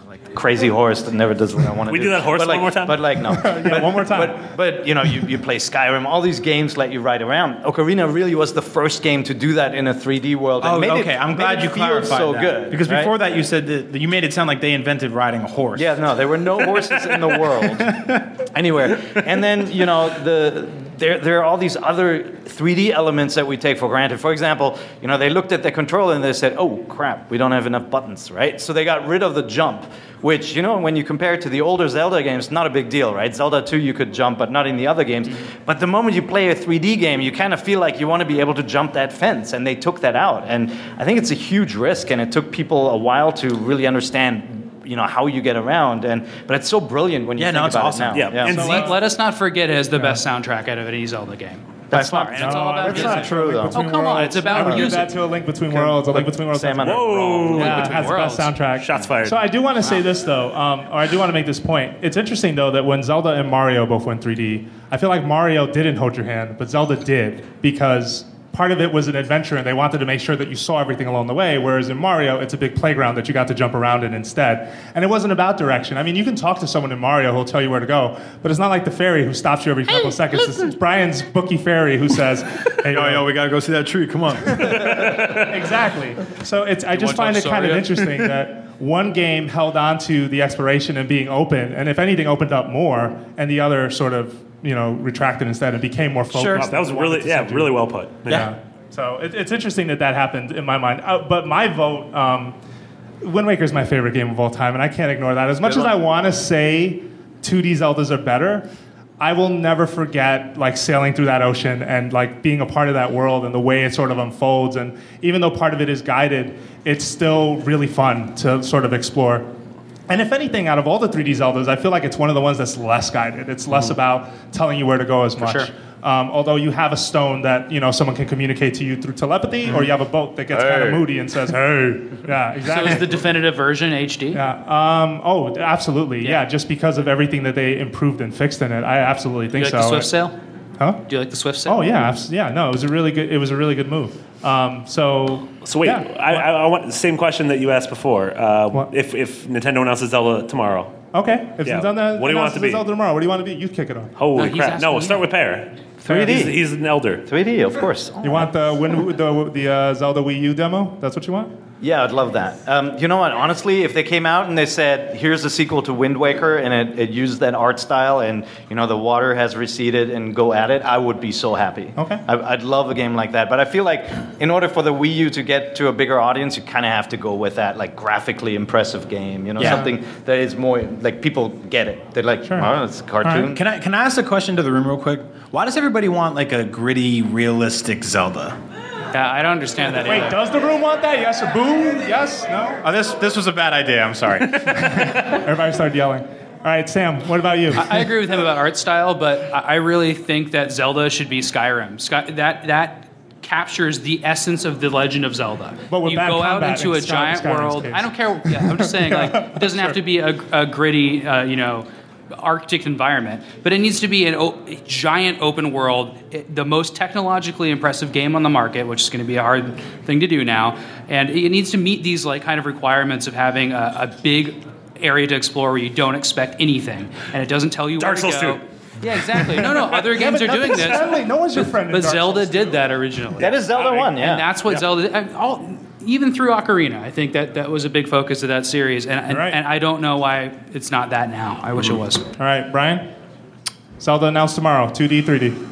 S7: like the Crazy horse that never does what I want to
S2: We
S7: do.
S2: do that horse
S7: But,
S2: one
S7: like-
S2: more time?
S7: But like no,
S1: Yeah, one more time.
S7: but, but you know, you, you play Skyrim. All these games let you ride around. Ocarina really was the first game to do that in a 3D world. and
S6: Oh,
S7: made it-
S6: okay. I'm
S7: made
S6: glad
S7: it
S6: you
S7: feel
S6: clarified
S7: so
S6: that.
S7: good
S6: Because
S7: right?
S6: before that, you said that that you made it sound like they invented riding a horse.
S7: Yeah, no, there were no horses in the world anywhere. And then you know the there there are all these other 3D elements that we take for granted. For example, you know they looked at their controller and they said, "Oh crap, we don't have enough buttons," right? So they got rid of the jump. Which you know, when you compare it to the older Zelda games, not a big deal, right? Zelda 2, you could jump, but not in the other games. But the moment you play a 3D game, you kind of feel like you want to be able to jump that fence, and they took that out. And I think it's a huge risk, and it took people a while to really understand you know how you get around and but it's so brilliant when you
S6: Yeah,
S7: think
S6: no, it's
S7: about
S6: awesome.
S7: it now.
S2: Yeah, and
S5: So
S2: Z-
S5: let, let us not forget it has the best soundtrack out of any Zelda game.
S7: that's not
S5: And it's all about
S1: that's
S5: music.
S1: not true, though.
S5: Oh, come on, it's about
S1: I would give
S5: music.
S1: that to a Link Between Worlds. A Link Between Worlds.
S7: Sam
S1: has-
S7: and I
S2: Oh,
S7: are
S2: Whoa.
S1: Yeah,
S5: Between
S1: has the best
S5: Worlds.
S1: soundtrack.
S2: Shots fired.
S1: So I do want to say this though, um, or I do want to make this point. It's interesting though that when Zelda and Mario both went 3D, I feel like Mario didn't hold your hand, but Zelda did because part of it was an adventure, and they wanted to make sure that you saw everything along the way. Whereas in Mario, it's a big playground that you got to jump around in instead, and it wasn't about direction. I mean, you can talk to someone in Mario who'll tell you where to go, but it's not like the fairy who stops you every couple seconds. It's- It's Brian's bookie fairy who says, "Hey, yo, yo,
S6: Oh, we gotta go see that tree. Come on.
S1: exactly. So it's I just find
S5: want to
S1: it
S5: have
S1: kind of
S5: Saria?
S1: interesting that one game held on to the exploration and being open, and if anything, opened up more, and the other sort of you know retracted instead and became more focused.
S2: Wow, that was really, yeah, really well put.
S1: Yeah. So it, it's interesting that that happened in my mind. Uh, but my vote, um, Wind Waker is my favorite game of all time, and I can't ignore that. As much as I want to say 2D Zeldas are better, I will never forget like sailing through that ocean and like being a part of that world and the way it sort of unfolds. And even though part of it is guided, it's still really fun to sort of explore. And if anything, out of all the 3D Zeldas, I feel like it's one of the ones that's less guided. It's less about telling you where to go as much.
S5: sure.
S1: Um, although you have a stone that you know someone can communicate to you through telepathy, or you have a boat that gets kind of moody and says, "Hey, yeah,
S5: So
S1: exactly."
S5: is the definitive version HD?
S1: yeah. Um, oh, absolutely. Yeah.
S5: Yeah.
S1: just because of everything that they improved and fixed in it, I absolutely
S5: Do
S1: think
S5: you
S1: so.
S5: like the Swift sale?
S1: Huh?
S5: Do you like the Swift sale?
S1: Oh yeah, abs- yeah. No, it was a really good. It was a really good move. Um, so.
S2: So wait,
S1: yeah.
S2: I, I, I want the same question that you asked before. Uh,
S1: What?
S2: if, if Nintendo announces Zelda tomorrow,
S1: okay. If
S2: Yeah.
S1: it's done that,
S2: What do you want it to be?
S1: Zelda tomorrow? What do you want to be? You kick it off.
S2: holy
S5: No, he's
S2: crap!
S5: asking
S2: No,
S5: me.
S2: start with Pear.
S7: 3D.
S2: He's, he's an elder.
S7: 3D, of course.
S1: You want the Win the, the uh, Zelda Wii U demo? That's what you want?
S7: Yeah, I'd love that. Um, you know what? Honestly, if they came out and they said, "Here's the sequel to Wind Waker," and it, it used that art style, and you know the water has receded, and go at it, I would be so happy.
S1: Okay.
S7: I, I'd love a game like that. But I feel like in order for the Wii U to get to a bigger audience, you kind of have to go with that like graphically impressive game. You know,
S6: Yeah.
S7: something that is more like people get it. They're like,
S1: Sure.
S7: "Oh, it's a cartoon."
S6: Can I can I ask a question to the room real quick? Why does everybody want like a gritty, realistic Zelda?
S5: Yeah, I don't understand that.
S1: Wait,
S5: either.
S1: does the room want that? Yes or boo? Yes? No?
S6: Oh, this this was a bad idea. I'm sorry.
S1: Everybody started yelling. All right, Sam, what about you?
S5: I agree with him about art style, but I I really think that Zelda should be Skyrim. Sky, that that captures the essence of the Legend of Zelda.
S1: But with
S5: you
S1: bad
S5: go out
S1: combat
S5: into
S1: in
S5: a
S1: Sky-
S5: giant
S1: Skyrim's
S5: world.
S1: case.
S5: I don't care. Yeah, I'm just saying, like, it doesn't have to be a, a gritty, uh, you know. Arctic environment, but it needs to be an o- a giant open world, it- the most technologically impressive game on the market, which is going to be a hard thing to do now, and it needs to meet these like kind of requirements of having a, a big area to explore where you don't expect anything, and it doesn't tell you
S2: Dark
S5: where to
S2: Souls
S5: go.
S2: 2.
S5: Yeah, exactly. No, no, other games are doing
S1: Nothing's
S5: this,
S1: friendly. No one's your friend. in
S5: but
S1: Dark
S5: Zelda
S1: Souls.
S5: did that originally.
S7: that is Zelda one, yeah.
S5: And that's what Zelda. Did. I, all, even through Ocarina, I think that that was a big focus of that series, and and,
S1: Right.
S5: and I don't know why it's not that now. I wish it was.
S1: All right, Brian. Zelda announced tomorrow, 2D, 3D.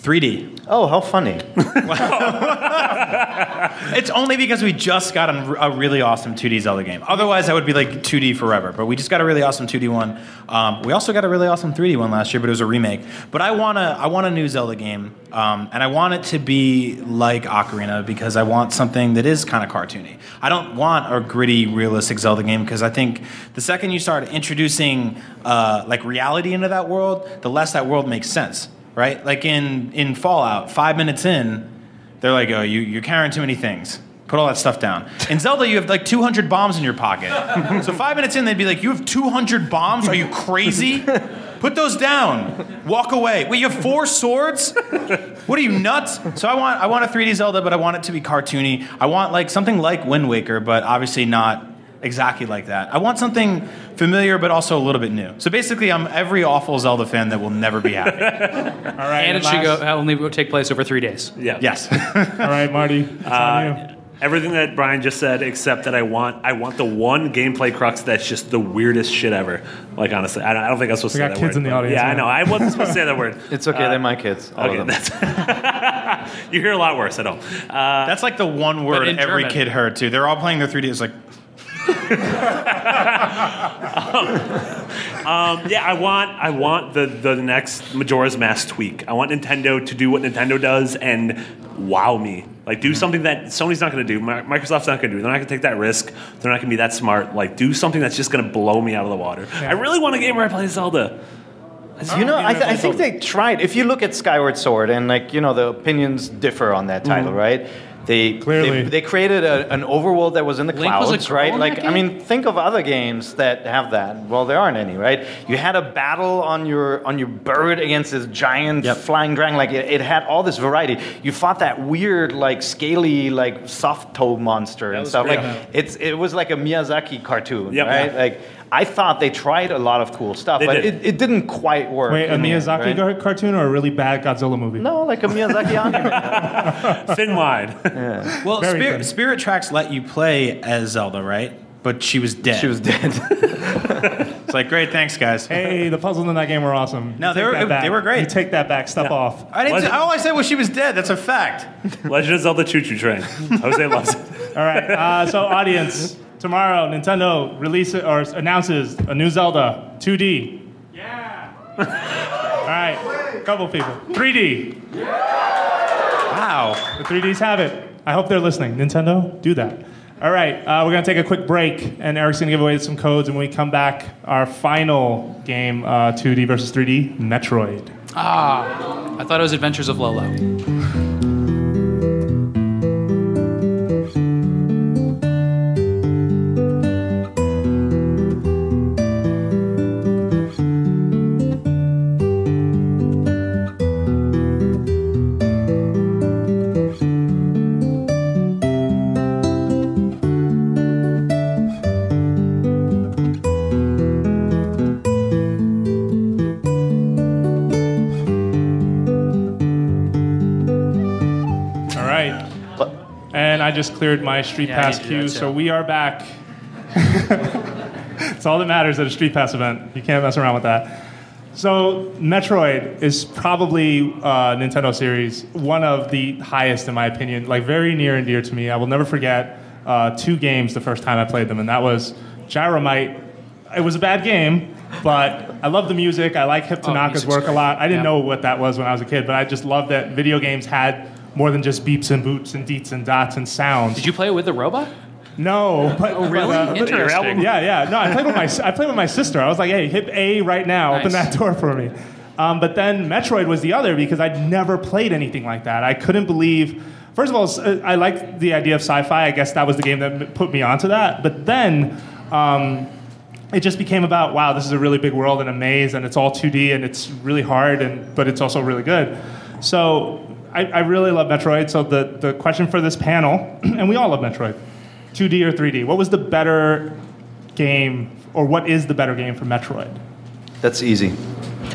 S6: 3D.
S7: oh, how funny!
S6: It's only because we just got a, a really awesome 2D Zelda game. Otherwise, I would be like 2D forever. But we just got a really awesome 2D one. Um, we also got a really awesome 3D one last year, but it was a remake. But I want to I want a new Zelda game, um, and I want it to be like Ocarina because I want something that is kind of cartoony. I don't want a gritty, realistic Zelda game because I think the second you start introducing uh, like reality into that world, the less that world makes sense, right? Like in in Fallout, five minutes in. They're like, oh, you, you're carrying too many things. Put all that stuff down. In Zelda, you have like 200 bombs in your pocket. so five minutes in, they'd be like, you have 200 bombs? Are you crazy? Put those down. Walk away. Wait, you have four swords? What are you nuts? So I want I want a 3D Zelda, but I want it to be cartoony. I want like something like Wind Waker, but obviously not exactly like that. I want something familiar, but also a little bit new. So basically, I'm every awful Zelda fan that will never be happy.
S1: All right.
S5: And it should go
S1: last-
S5: only will take place over three days.
S2: Yeah.
S6: Yes.
S1: All right, Marty. It's
S6: Uh,
S1: on you.
S2: Everything that Brian just said, except that I want I want the one gameplay crux that's just the weirdest shit ever. Like honestly, I don't, I don't think I'm supposed
S1: We
S2: to say
S1: got
S2: that
S1: kids
S2: word.
S1: in the audience,
S2: Yeah, I
S1: man.
S2: know. I wasn't supposed to say that word.
S7: It's okay. they're my kids. All
S2: Okay,
S7: of them.
S2: that's you hear a lot worse at home.
S6: That's like the one word
S5: in
S6: every
S5: German.
S6: kid heard too. They're all playing their 3D. It's like
S2: Um, yeah, I want I want the the next Majora's Mask tweak. I want Nintendo to do what Nintendo does and wow me. Like
S1: Mm-hmm.
S2: do something that Sony's not going to do, Mi- Microsoft's not going to do. They're not going to take that risk. They're not going to be that smart. Like do something that's just going to blow me out of the water. I really want a game where I play Zelda.
S7: You
S5: Oh,
S7: know, I,
S1: even if
S7: th- I
S1: it's
S7: think
S1: over.
S7: they tried. If you look at Skyward Sword, and like you know, the opinions differ on that title,
S5: Mm.
S7: right? They
S1: Clearly.
S7: they, they created a, an overworld that was in the
S5: Link was a
S7: clouds,
S5: girl
S7: right?
S5: in
S7: Like
S5: that
S7: I
S5: game?
S7: mean, think of other games that have that. Well, there aren't any, right? You had a battle on your on your bird against this giant flying dragon. Like it, it had all this variety. You fought that weird, like scaly, like soft toe monster and stuff. Like it's it was like a Miyazaki cartoon,
S2: Yep.
S7: right?
S2: Yeah.
S7: Like. I thought they tried a lot of cool stuff,
S2: They
S7: but
S2: did.
S7: it, it didn't quite work.
S1: Wait, a
S7: in the end,
S1: Miyazaki
S7: right?
S1: gar- cartoon or a really bad Godzilla movie?
S7: No, like a Miyazaki anime.
S2: Thin line.
S6: Well,
S1: Very
S6: Spirit,
S1: good.
S6: Spirit Tracks let you play as Zelda, right? But she was dead.
S7: She was dead.
S6: It's like, great, thanks, guys.
S1: Hey, the puzzles in that game were awesome.
S6: No,
S1: You
S6: they
S1: take
S6: were-
S1: that back.
S6: they were great.
S1: You take that back. Step off.
S6: I didn't.
S2: Was
S6: say-
S2: it-
S6: all I said was she was dead. That's a fact.
S2: Legend of Zelda Choo Choo Train. Jose loves it.
S1: All right. Uh, so, audience, tomorrow Nintendo releases or announces a new Zelda 2D. Yeah. All right. Couple people. 3D.
S6: Wow.
S1: The 3Ds have it. I hope they're listening. Nintendo, do that. All right. Uh, we're gonna take a quick break, and Eric's gonna give away some codes, and when we come back, our final game, uh, 2D versus 3D, Metroid.
S5: I thought it was Adventures of Lolo.
S8: Thank
S1: I just cleared my street
S5: Yeah, I
S1: pass
S5: need to do
S1: queue,
S5: that too.
S1: so we are back. it's all that matters at a street pass event. You can't mess around with that. So Metroid is probably uh, Nintendo series one of the highest in my opinion, like very near and dear to me. I will never forget uh, two games the first time I played them, and that was Gyromite. It was a bad game, but I love the music. I
S5: Oh,
S1: like Hip Tanaka's
S5: music's
S1: work a
S5: great.
S1: lot. I didn't
S5: Yeah.
S1: know what that was when I was a kid, but I just loved that video games had more than just beeps and boots and deets and dots and sounds.
S5: Did you play it with the robot?
S1: No, but
S5: Oh, really?
S1: but, uh,
S5: Interesting.
S2: Your album?
S1: yeah, yeah. No, I played with my si- I played with my sister. I was like, hey, hit A right now, open
S5: Nice.
S1: that door for me. Um, but then Metroid was the other because I'd never played anything like that. I couldn't believe. First of all, s- uh, I liked the idea of sci-fi. I guess that was the game that m- put me onto that. But then. Um, it just became about wow this is a really big world and a maze and it's all 2d and it's really hard and but it's also really good so i, I really love metroid so the, the question for this panel and we all love metroid 2d or 3d what was the better game or what is the better game for metroid
S7: That's easy.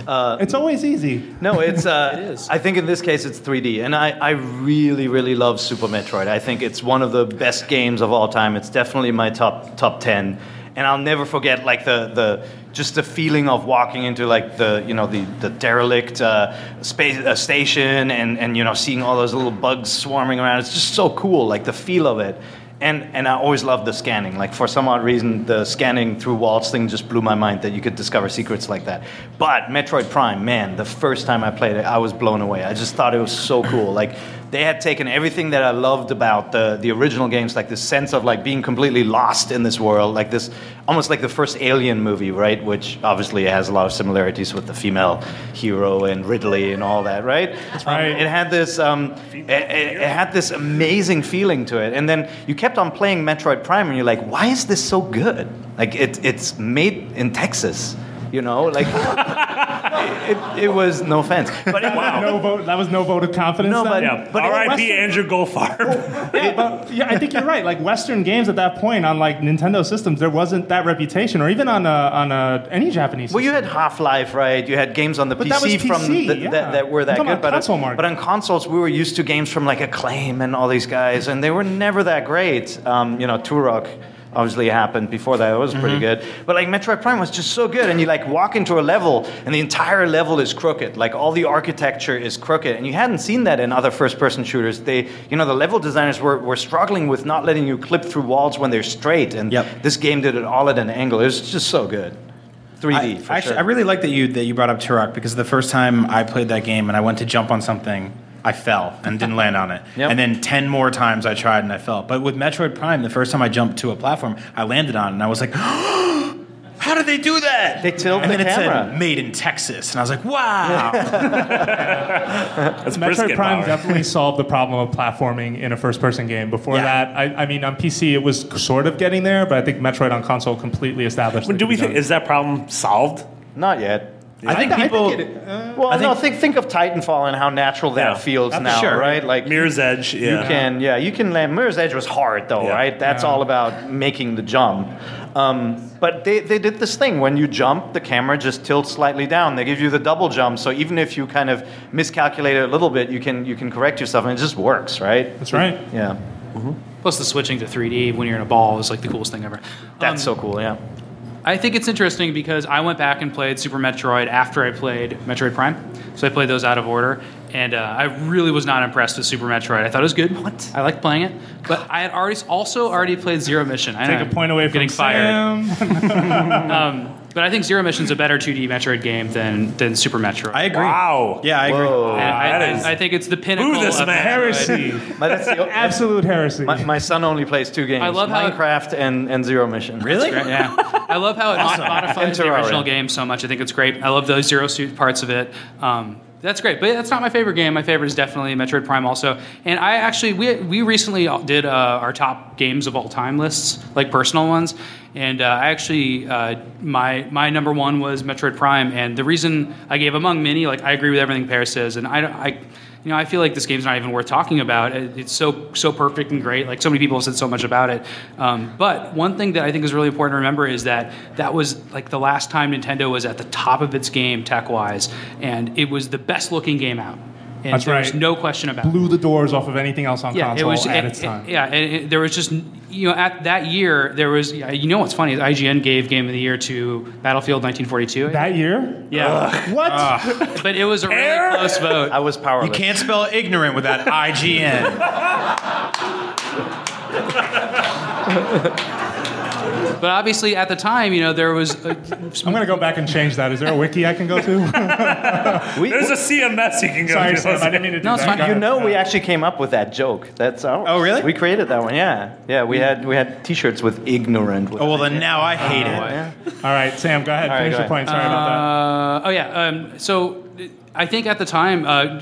S7: Uh,
S1: it's always easy
S7: No, it's. Uh,
S5: It is.
S7: I think in this case it's 3D, and I, I really really love Super Metroid. I think it's one of the best games of all time. It's definitely in my top top ten, and I'll never forget like the the just the feeling of walking into like the you know the the derelict uh, space uh, station and and you know seeing all those little bugs swarming around. It's just so cool, like the feel of it. And, and I always loved the scanning. Like for some odd reason, the scanning through walls thing just blew my mind that you could discover secrets like that. But Metroid Prime, man, the first time I played it, I was blown away. I just thought it was so cool. Like they had taken everything that I loved about the, the original games, like this sense of like being completely lost in this world, like this almost like the first Alien movie, right? Which obviously has a lot of similarities with the female hero and Ridley and all that, right? That's
S1: right.
S7: it had this um, it, it- it had this amazing feeling to it and then you kept on playing metroid prime and you're like why is this so good like it, it's made in texas you know like it, it was no offense but it,
S1: no vote that was no vote of confidence
S7: No,
S1: then?
S7: but-
S2: Yeah.
S7: But it-
S2: R.I.P. Andrew Goldfarb.
S1: Yeah, but yeah, I think you're right. Like Western games at that point on like Nintendo systems, there wasn't that reputation, or even on a, on a, any Japanese.
S7: well, you had Half Life, right? You had games on the
S1: But
S7: PC,
S1: that was
S7: from
S1: PC,
S7: the,
S1: yeah.
S7: that, that were that
S1: Come on,
S7: good, but, uh,
S1: console market.
S7: but on consoles, we were used to games from like Acclaim and all these guys, and they were never that great. Um, you know, Turok obviously happened before that; it was pretty
S1: Mm-hmm.
S7: good. But like Metroid Prime was just so good, and you like walk into a level, and the entire level is crooked. Like all the architecture is crooked, and you hadn't seen that in other first-person shooters. They, you know, the level designers were, were struggling with not letting you clip through walls when they're straight, and
S6: Yep.
S7: this game did it all at an angle. It was just so good. 3D.
S6: I,
S7: for
S6: actually,
S7: sure.
S6: I really like that you that you brought up Turok because the first time I played that game and I went to jump on something, I fell and didn't land on it.
S7: Yep.
S6: And then ten more times I tried and I fell. But with Metroid Prime, the first time I jumped to a platform, I landed on it and I was like, "How did they do that?"
S7: They tilt
S6: and
S7: the
S6: then it
S7: camera.
S6: said "Made in Texas," and I was like, "Wow!"
S2: That's
S1: Metroid
S2: brisket
S1: Prime
S2: power.
S1: definitely solved the problem of platforming in a first-person game. Before
S6: Yeah.
S1: that, I, I mean, on PC it was sort of getting there, but I think Metroid on console completely established. it.
S2: Do we think is that problem solved?
S7: Not yet.
S6: I think people.
S7: Well,
S6: I
S7: no, think
S6: think-
S7: think of Titanfall and how natural that
S2: Yeah.
S7: feels now,
S6: sure.
S7: right? Like
S2: Mirror's Edge. Yeah.
S7: you can, yeah, you can land. Mirror's Edge was hard though,
S2: Yeah.
S7: right? That's all about making the jump. Um, but they, they did this thing when you jump, the camera just tilts slightly down. They give you the double jump, so even if you kind of miscalculate it a little bit, you can you can correct yourself, and it just works, right?
S1: That's right.
S7: Yeah,
S5: Plus the switching to 3D when you're in a ball is like the coolest thing ever. Um,
S7: that's so cool. Yeah,
S5: I think it's interesting because I went back and played Super Metroid after I played Metroid Prime, so I played those out of order, and uh, I really was not impressed with Super Metroid. I thought it was good. What? I liked playing it, but I had already also already played Zero Mission. I
S1: Take
S5: know,
S1: a point away from
S5: getting fired.
S1: Sam.
S5: But I think Zero Mission's a better 2D Metroid game than than Super Metroid.
S6: I agree.
S2: Wow.
S6: Yeah, I agree.
S1: Oh,
S7: Whoa.
S5: And I,
S2: that
S5: I-
S2: is-
S5: I think it's the pinnacle
S2: Boo this
S5: of
S2: man.
S1: Heresy.
S7: but that's the, that's-
S1: Absolute heresy.
S7: my, my son only plays two games:
S5: I love how-
S7: Minecraft and and Zero Mission.
S6: Really?
S5: Yeah, I love how it mod- modifies the
S7: And Terraria.
S5: original game so much. I think it's great. I love those zero suit parts of it. Um, that's great, but that's not my favorite game. My favorite is definitely Metroid Prime, also. And I actually we we recently did uh, our top games of all time lists, like personal ones. And uh, I actually uh, my my number one was Metroid Prime, and the reason I gave among many, like I agree with everything Paris says, and I don't- I you know, I feel like this game's not even worth talking about. It- It's so so perfect and great. Like so many people have said so much about it. Um, but one thing that I think is really important to remember is that that was like the last time Nintendo was at the top of its game tech wise, and it was the best looking game out. and
S1: That's
S5: there's
S1: right.
S5: no question about it.
S1: Blew the doors off of anything else on
S5: Yeah,
S1: console
S5: it was
S1: at
S5: it-
S1: its
S5: it-
S1: time.
S5: yeah, and it, there was just you know at that year there was you know what's funny is IGN gave Game of the Year to Battlefield 1942.
S1: that year?
S5: yeah,
S1: What?
S5: but it was a really close vote.
S7: I was
S6: You
S7: powerless.
S6: can't spell ignorant without IGN.
S5: But obviously at the time you know there was a,
S1: I'm gonna go back and change that. Is there a wiki I can go to?
S2: There's a CMS you can go
S1: Sorry,
S2: to.
S1: Sam, I didn't mean to do
S5: No, it's
S1: that.
S5: fine.
S1: Got
S7: You
S1: it.
S7: know, we actually came up with that joke. That's ours.
S6: Uh, Oh, really?
S7: We created that one. Yeah, yeah. We had we had T-shirts with ignorant. With
S6: oh well, then now I hate it.
S1: All right, Sam, go ahead.
S7: right,
S1: finish
S7: go
S1: your
S7: ahead.
S1: point. Sorry about
S5: Uh, oh yeah. Um, so uh, I think at the time, uh,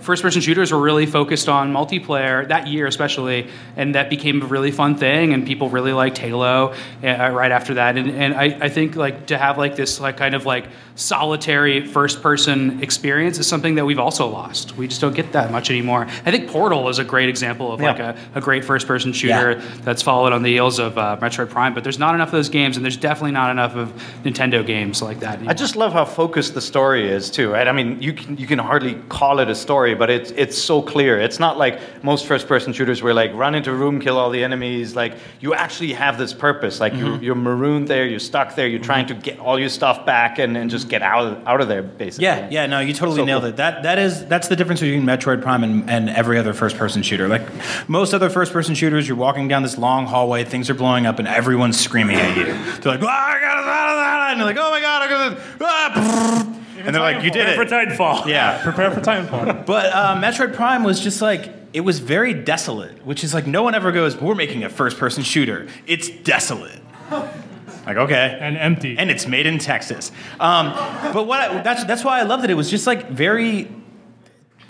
S5: first-person shooters were really focused on multiplayer that year, especially, and that became a really fun thing, and people really liked Halo uh, right after that. And, and I, I think like to have like this like kind of like solitary first-person experience is something that we've also lost. We just don't get that much anymore. I think Portal is a great example of like
S7: Yeah.
S5: a, a great first-person shooter that's followed on the heels of uh, Metroid Prime. But there's not enough of those games, and there's definitely not enough of Nintendo games like that.
S7: I
S5: anymore.
S7: just love how focused the story is too, right? I mean, you can you can hardly call it a story, but it's it's so clear. It's not like most first-person shooters where like run into a room, kill all the enemies. Like you actually have this purpose. Like
S6: Mm-hmm.
S7: you're, you're marooned there, you're stuck there, you're trying to get all your stuff back and, and just get out out of there, basically.
S6: Yeah, yeah, no, you totally nailed it. That that is that's the difference between Metroid Prime and, and every other first person shooter. Like most other first person shooters, you're walking down this long hallway, things are blowing up, and everyone's screaming at you. They're like, ah, I got it, and they're like, oh my god, I got it, ah, brrr." and they're like, you did
S2: For
S6: it.
S2: Titanfall.
S6: Yeah,
S1: that. Prepare for Titanfall.
S6: but uh, Metroid Prime was just like it was very desolate, which is like no one ever goes, we're making a first person shooter. It's desolate. like okay,
S1: and empty.
S6: and it's made in Texas. Um, but what I, that's that's why I loved it. It was just like very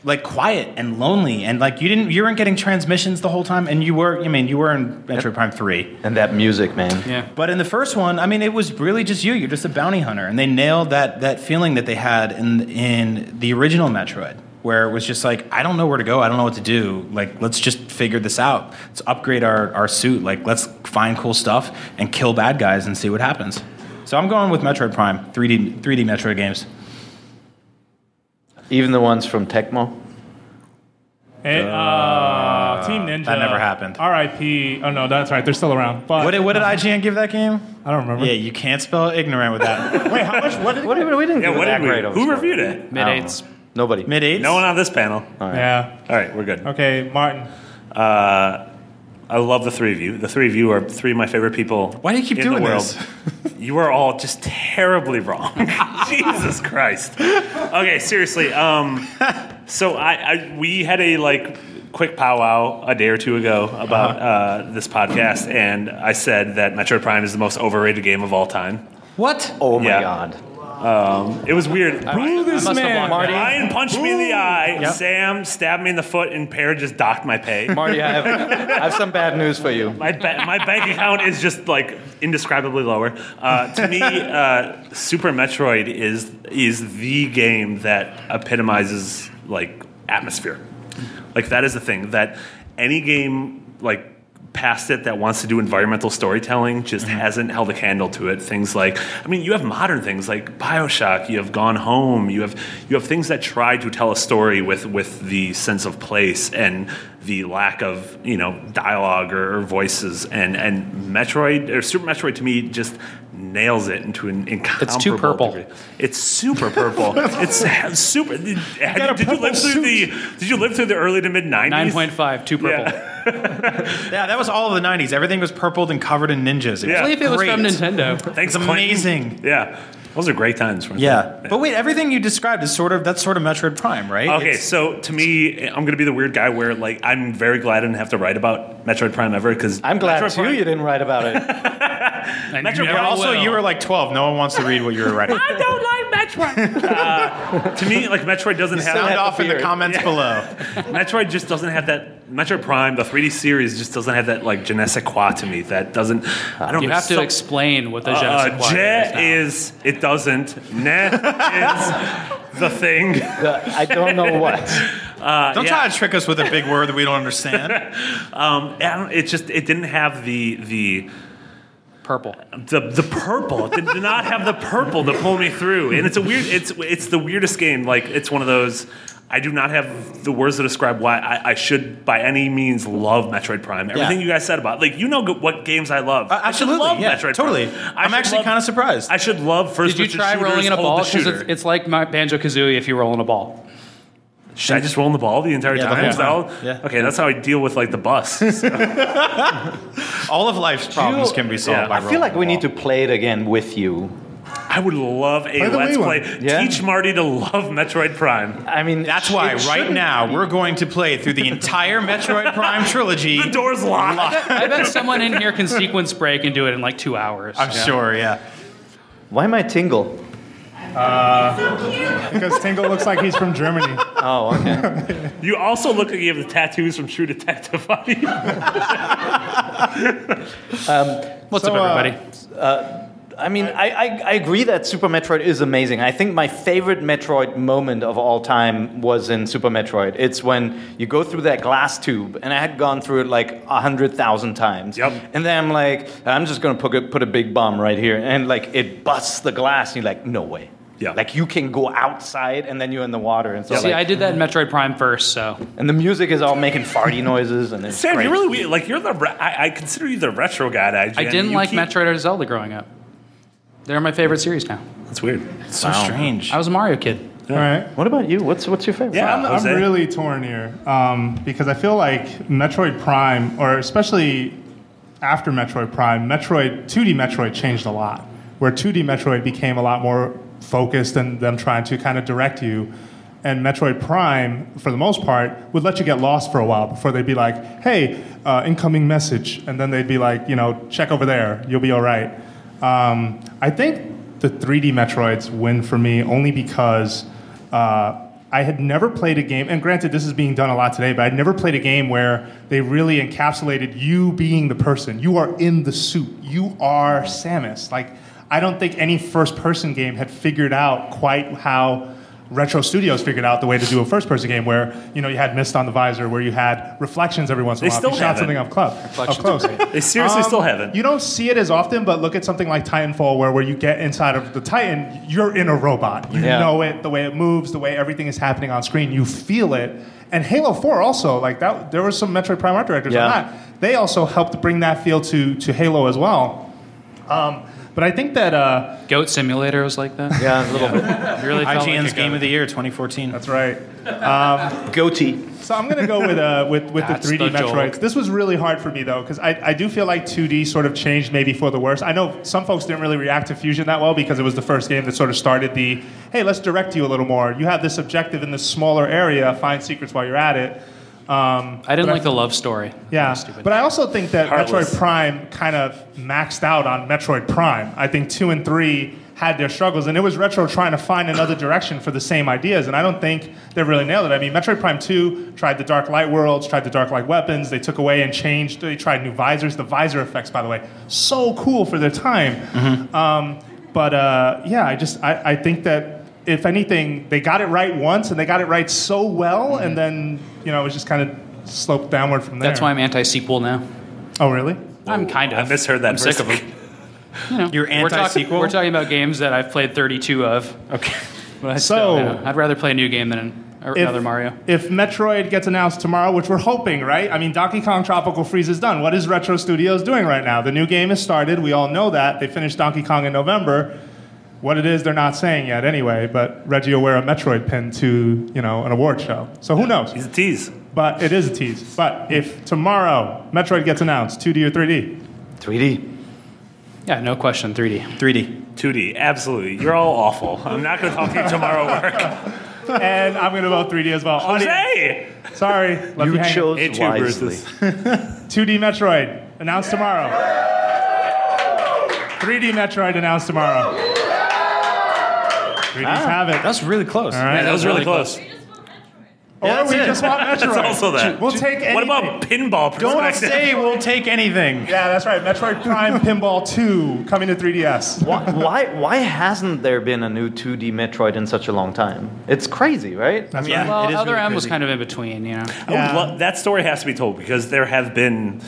S6: like quiet and lonely, and like you didn't you weren't getting transmissions the whole time, and you were I mean you were in Metro Prime Three.
S7: And that music, man.
S5: Yeah.
S6: But in the first one, I mean, it was really just you. You're just a bounty hunter, and they nailed that that feeling that they had in in the original Metroid, where it was just like, I don't know where to go, I don't know what to do. Like, let's just figure this out. Let's upgrade our our suit. Like, let's find cool stuff and kill bad guys and see what happens. So I'm going with Metroid Prime, 3D 3D Metroid games.
S7: Even the ones from Tecmo.
S1: Hey, uh, Team Ninja.
S6: that never happened.
S1: R.I.P. Oh no, that's right. They're still around. But
S6: What did, what did IGN give that game?
S1: I don't remember.
S6: Yeah, you can't spell ignorant with that.
S1: Wait, how much? What did?
S7: What did we didn't
S2: Yeah,
S7: give it
S2: what
S7: that
S2: did we?
S7: great of a
S2: Who
S7: score.
S2: reviewed it?
S5: Mid eights.
S7: Nobody.
S6: Mid eights.
S2: No one on this panel. All
S1: Yeah.
S2: right, we're good.
S1: Okay, Martin.
S2: Uh, I love the three of you. The three of you are three of my favorite people.
S6: Why do you keep
S2: in
S6: doing
S2: the world.
S6: this?
S2: you are all just terribly wrong. Jesus Christ. Okay, seriously. Um, so I, I we had a like quick powwow a day or two ago
S6: Uh-huh.
S2: about uh, this podcast, and I said that Metroid Prime is the most overrated game of all time.
S6: What?
S7: Oh my
S2: Yeah.
S7: God.
S2: Um, it was weird.
S1: Who this
S5: must have
S1: man?
S5: blocked Marty.
S2: Ryan punched me in the eye. Sam stabbed me in the foot, and Pear just docked my pay.
S7: Marty, I have, I have some bad news for you.
S2: My, ba- my bank account is just like indescribably lower. Uh, to me, uh, Super Metroid is is the game that epitomizes like atmosphere. Like that is the thing that any game like past it that wants to do environmental storytelling just hasn't held a candle to it. Things like I mean, you have modern things like BioShock, you have Gone Home, you have you have things that try to tell a story with with the sense of place and the lack of you know dialogue or, or voices and and Metroid or Super Metroid to me just nails it into an incomparable
S5: too purple.
S2: degree. It's super purple. it's super. Did,
S1: got a
S2: did you
S1: purple
S2: live through the? Did you live through the early to mid nineties?
S5: 9.5, two purple.
S2: Yeah.
S6: Yeah, that was all of the 90s. Everything was purpled and covered in ninjas. It was
S2: Yeah.
S5: Only if it was from
S6: Great.
S5: Nintendo.
S2: Thanks,
S6: It's
S2: Clinton.
S6: amazing.
S2: Yeah, those are great times. weren't
S6: Yeah.
S2: they?
S6: But wait, everything you described is sort of that's sort of Metroid Prime, right?
S2: Okay,
S6: It's-
S2: so to me, I'm gonna be the weird guy where like I'm very glad I didn't have to write about Metroid Prime ever because
S7: I'm glad
S2: Metroid
S7: too
S2: Prime,
S7: you didn't write about it.
S5: And
S2: Metro
S5: never
S2: Prime-
S6: also,
S5: will.
S6: you were like 12. No one wants to read what you were writing.
S2: I don't like Metroid. uh, to me, like Metroid doesn't have
S6: Sound off in the
S7: beard.
S6: comments below.
S2: Metroid just doesn't have that. Metroid Prime, the 3D series, just doesn't have that like je ne sais quoi to me. That doesn't. I don't.
S5: You
S2: know,
S5: have to
S2: so-
S5: explain what the je ne sais
S2: Uh,
S5: quoi is. now.
S2: je is, it doesn't. Ne is the thing.
S7: I don't know what.
S2: Uh,
S6: Don't
S2: yeah.
S6: try to trick us with a big word that we don't understand.
S2: Um, I don't- it just it didn't have the the
S5: purple.
S2: the, the purple. It did, did not have the purple to pull me through. And it's a weird. It's it's the weirdest game. Like it's one of those. I do not have the words to describe why I, I should, by any means, love Metroid Prime. Everything you guys said about, like, you know g- what games I love.
S6: Uh,
S2: I should
S6: absolutely,
S2: love
S6: yeah,
S2: Metroid
S6: totally.
S2: Prime. I
S6: I'm
S2: should
S6: actually
S2: love-
S6: kinda surprised.
S2: I should love first.
S5: Did you
S2: person
S5: try
S2: shooters,
S5: rolling in a
S2: hold
S5: ball?
S2: The
S5: 'Cause
S2: shooter.
S5: It's, it's like Banjo Kazooie if you're rolling a ball.
S2: Should I just roll in the ball the entire
S6: Yeah, the
S2: time?
S6: whole
S2: Is that all?
S6: Yeah.
S2: Okay, that's how I deal with like the bus.
S6: All of life's problems can be solved
S2: Yeah.
S6: by
S7: I feel like we need
S6: rolling
S7: to play it again with you.
S2: I would love a
S1: Play the
S2: let's
S1: Wii
S2: play.
S1: one.
S7: Yeah.
S2: Teach Marty to love Metroid Prime.
S7: I mean,
S6: That's why
S7: it
S6: right
S7: shouldn't-
S6: now we're going to play through the entire Metroid Prime trilogy.
S2: The door's locked.
S5: I bet someone in here can sequence break and do it in like two hours.
S6: I'm sure, yeah.
S7: Why am I tingle?
S1: Because Tingle looks like he's from Germany.
S7: Oh, okay.
S2: You also look like you have the tattoos from True Detective on you.
S5: What's
S1: So,
S5: up,
S1: uh,
S5: everybody?
S7: I mean, I, I, I agree that Super Metroid is amazing. I think my favorite Metroid moment of all time was in Super Metroid. It's when you go through that glass tube, and I had gone through it like a 100,000 times.
S2: Yep.
S7: And then I'm like, I'm just going to put a, put a big bomb right here. And like, it busts the glass, and you're like, no way.
S2: Yeah.
S7: Like, you can go outside, and then you're in the water. And so,
S5: See, I
S7: like,
S5: did that in Metroid Prime first, so
S7: and the music is all making farty noises. And it's
S2: Sam,
S7: great.
S2: you're really weird. Like you're the. Re- I, I consider you the retro guy. At IGN.
S5: I didn't
S2: You
S5: like
S2: keep-
S5: Metroid or Zelda growing up. They're my favorite series now.
S2: That's weird.
S6: It's so strange.
S5: I was a Mario kid.
S1: All right.
S7: What about you? What's, what's your favorite?
S2: Yeah,
S1: I'm, I'm
S2: Jose?
S1: really torn here um, because I feel like Metroid Prime, or especially after Metroid Prime, Metroid 2D Metroid changed a lot. Where 2D Metroid became a lot more focused and them trying to kind of direct you. And Metroid Prime, for the most part, would let you get lost for a while before they'd be like, "Hey, uh, incoming message," and then they'd be like, "You know, check over there. You'll be all right." Um, I think the 3D Metroids win for me only because uh, I had never played a game, and granted, this is being done a lot today, but I'd never played a game where they really encapsulated you being the person. You are in the suit. You are Samus. Like, I don't think any first person game had figured out quite how Retro Studios figured out the way to do a first person game where, you know, you had mist on the visor, where you had reflections every once in a
S2: They
S1: while. if you
S2: still
S1: shot
S2: haven't.
S1: something up, club, up close.
S2: They seriously still haven't.
S1: You don't see it as often, but look at something like Titanfall, where where you get inside of the Titan, you're in a robot. You
S7: Yeah.
S1: know it, the way it moves, the way everything is happening on screen, you feel it. And Halo Four also, like that, there were some Metroid Prime art directors
S7: Yeah.
S1: on that. They also helped bring that feel to to Halo as well. Um, but I think that uh,
S5: Goat Simulator was like that.
S7: Yeah, a little
S5: It really felt like
S6: IGN's
S5: a
S6: Game
S5: goat.
S6: of the Year 2014.
S1: that's right.
S7: bit. Goatee.
S1: So I'm gonna go with uh, with with the
S5: That's
S1: 3D
S5: the joke.
S1: Metroids. This was really hard for me though, because I, I do feel like 2D sort of changed maybe for the worse. I know some folks didn't really react to Fusion that well because it was the first game that sort of started the hey, let's direct you a little more. You have this objective in this smaller area, find secrets while you're at it. Um,
S5: I didn't
S1: but
S5: like the love story.
S1: yeah,
S5: stupid.
S1: but I also think that
S2: Heartless.
S1: Metroid Prime kind of maxed out on Metroid Prime. I think two and three had their struggles, and it was Retro trying to find another direction for the same ideas, and I don't think they really nailed it. I mean, Metroid Prime 2 tried the Dark Light Worlds, tried the Dark Light Weapons, they took away and changed, they tried new visors. The visor effects, by the way, so cool for their time. Um, but uh, yeah, I just, I, I think that. If anything, they got it right once, and they got it right so well, and then you know it was just kind of sloped downward from there.
S5: That's why I'm anti sequel now.
S1: Oh, really?
S5: I'm kind of.
S2: I misheard that.
S5: I'm sick
S2: verse.
S5: of them. You know,
S6: You're
S5: we're talking-
S6: anti-sequel?
S5: We're talking about games that I've played 32 of.
S6: Okay.
S5: But I
S1: So-
S5: still, you know, I'd rather play a new game than an, or another Mario.
S1: If Metroid gets announced tomorrow, which we're hoping, right? I mean, Donkey Kong Tropical Freeze is done. What is Retro Studios doing right now? The new game is started. We all know that. They finished Donkey Kong in November. What it is, they're not saying yet anyway, but Reggie will wear a Metroid pin to, you know, an award show. So who knows?
S2: He's a tease.
S1: But it is a tease. But if tomorrow Metroid gets announced, 2D or 3D?
S7: 3D.
S5: Yeah, no question, 3D.
S6: 3D.
S2: 2D. Absolutely. You're all awful. I'm not going to talk to you tomorrow. at Work.
S1: And I'm going to vote 3D as well. Audience,
S2: Jose.
S1: sorry. left
S7: You
S1: hanging.
S7: chose
S2: Hey, two
S7: wisely.
S2: Bruces.
S1: 2D Metroid announced tomorrow. 3D Metroid announced tomorrow. 3Ds
S2: Ah,
S1: have it.
S6: That's really close.
S1: All right.
S2: That was really close.
S1: or we just want Metroid.
S2: That's also that.
S1: We'll take anything.
S2: What about pinball?
S6: Don't
S2: perspective?
S6: say we'll take anything.
S1: Yeah, that's right. Metroid Prime Pinball 2 coming to 3DS.
S7: why, why, why hasn't there been a new 2D Metroid in such a long time? It's crazy, right?
S1: That's
S6: Yeah.
S1: right.
S5: Well,
S6: It is
S5: Other
S6: really
S5: M was
S6: crazy.
S5: kind of in between, you know.
S2: I would
S1: Yeah.
S2: lo- that story has to be told because there have been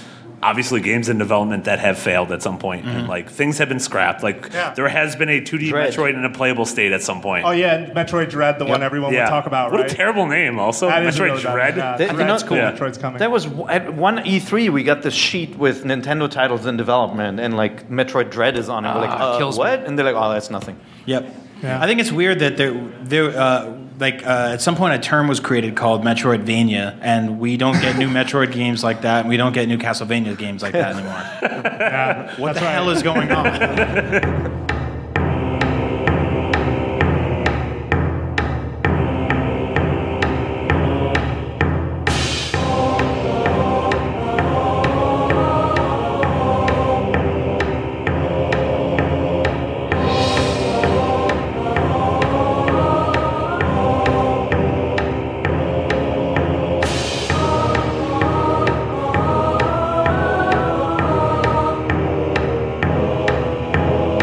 S2: obviously games in development that have failed at some point, and like things have been scrapped. Like
S1: Mm-hmm. Yeah.
S2: there has been a 2D
S7: Dread.
S2: Metroid in a playable state at some point.
S1: Oh yeah, and Metroid Dread, the one everyone
S2: yeah.
S1: would talk about,
S2: what
S1: right?
S2: a terrible name. Also,
S1: That is a
S2: Metroid
S1: really bad-
S2: Dread.
S1: yeah,
S7: They-
S1: Dread's
S7: they're not-
S1: cool.
S2: Yeah.
S1: Metroid's coming.
S7: There was w- at one E3 we got this sheet with Nintendo titles in development, and like Metroid Dread is on it. We're like,
S5: Ah,
S7: uh,
S5: kills me.
S7: what? And they're like, oh, that's nothing.
S6: Yep.
S1: Yeah.
S6: I think it's weird that there, there, uh, like uh, at some point, a term was created called Metroidvania, and we don't get new Metroid games like that, and we don't get new Castlevania games like that anymore.
S1: Yeah,
S6: what
S1: that's
S6: the
S1: right.
S6: hell is going on?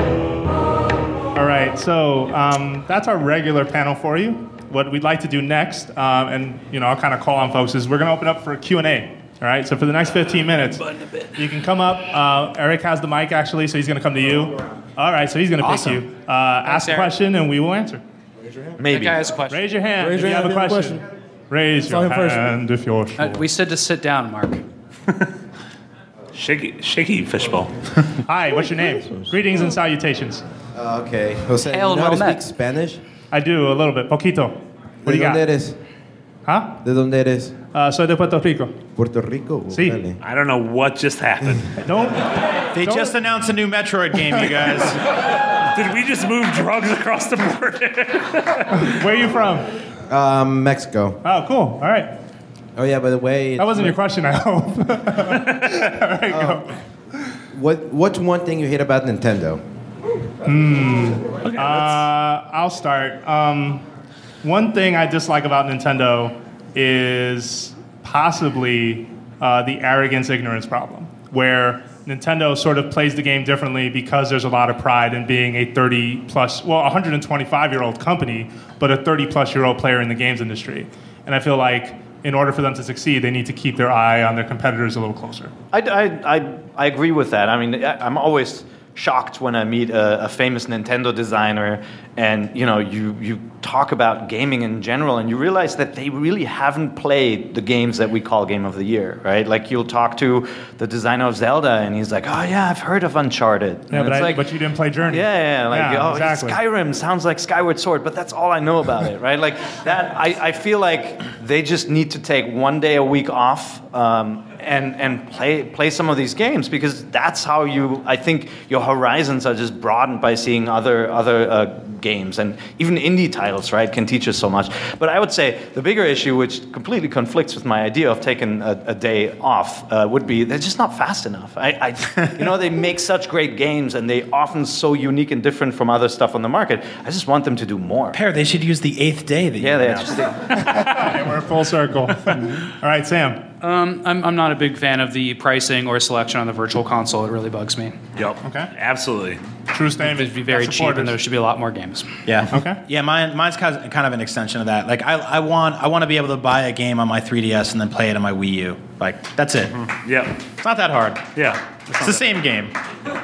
S1: All right, so um, that's our regular panel for you. What we'd like to do next, um, and you know, I'll kind of call on folks, is we're going to open up for Q and A. All right, so for the next 15 minutes, you can come up. Uh, Eric has the mic actually, so he's going to come to you. All right, so he's going to
S5: Awesome.
S1: pick you. Uh, ask a
S5: Eric.
S1: question, and we will answer.
S5: That
S7: Maybe.
S5: guy has a question.
S1: Raise your hand
S8: Raise
S1: if
S8: your
S1: you have
S8: hand
S1: a
S8: if you have a
S1: question. Raise
S8: Saw
S1: your
S8: him first.
S1: hand if you're
S5: Uh,
S1: sure.
S5: we said to sit down, Mark.
S2: Shaky, shaky fishbowl.
S1: Hi, what's your name? Greetings and salutations.
S8: Uh, okay. Jose,
S5: Hell
S8: you know how to
S5: no, Matt.
S8: speak Spanish?
S1: I do a little bit, poquito. What do
S8: ¿De
S1: you
S8: dónde
S1: got?
S8: eres?
S1: Huh?
S8: ¿De dónde eres?
S1: Uh, soy de Puerto Rico.
S8: Puerto Rico.
S1: Sí.
S8: Órale.
S2: I don't know what just happened.
S1: Don't.
S6: They
S1: Don't-
S6: just announced a new Metroid game, you guys.
S2: Did we just move drugs across the border?
S1: Where are you from?
S8: Um, Mexico.
S1: Oh, cool. All right.
S8: Oh yeah. By the way,
S1: That wasn't your question, I hope.
S8: what what's one thing you hate about Nintendo?
S1: Uh, I'll start. Um, one thing I dislike about Nintendo is possibly uh, the arrogance ignorance problem, where Nintendo sort of plays the game differently because there's a lot of pride in being a 30 plus, well, 125 year old company, but a 30 plus year old player in the games industry. And I feel like in order for them to succeed, they need to keep their eye on their competitors a little closer.
S7: I, I, I, I agree with that. I mean, I, I'm always shocked when I meet a, a famous Nintendo designer, and you know, you you talk about gaming in general, and you realize that they really haven't played the games that we call Game of the Year, right? Like you'll talk to the designer of Zelda, and he's like, "Oh yeah, I've heard of Uncharted."
S1: Yeah,
S7: And
S1: but,
S7: it's
S1: I,
S7: like-
S1: but you didn't play Journey.
S7: Yeah, yeah, like oh,
S1: exactly.
S7: Skyrim sounds like Skyward Sword, but that's all I know about it, right? Like that, I, I feel like they just need to take one day a week off um, and and play play some of these games because that's how you. I think your horizons are just broadened by seeing other other uh, games and even indie titles, right? Can teach us so much. But I would say the bigger issue, which completely conflicts with my idea of taking a, a day off, uh, would be they're just not fast enough. I, I, you know, they make such great games and they often so unique and different from other stuff on the market. I just want them to do more.
S6: Pair, they should use the eighth day. That you
S7: Yeah, they
S6: announced.
S7: just
S1: And we're full circle. All right, Sam.
S5: Um, I'm, I'm not a big fan of the pricing or selection on the virtual console. It really bugs me.
S2: Yep.
S1: Okay.
S2: Absolutely.
S1: True statement.
S5: It'd be very
S1: Got
S5: cheap, and
S1: supporters.
S5: there should be a lot more games.
S6: Yeah.
S1: Okay.
S6: Yeah, mine, mine's kind of kind of an extension of that. Like, I, I want I want to be able to buy a game on my 3DS and then play it on my Wii U. Like, that's it.
S1: Mm-hmm.
S2: Yep.
S6: It's not that hard.
S2: Yeah.
S6: It's the same game.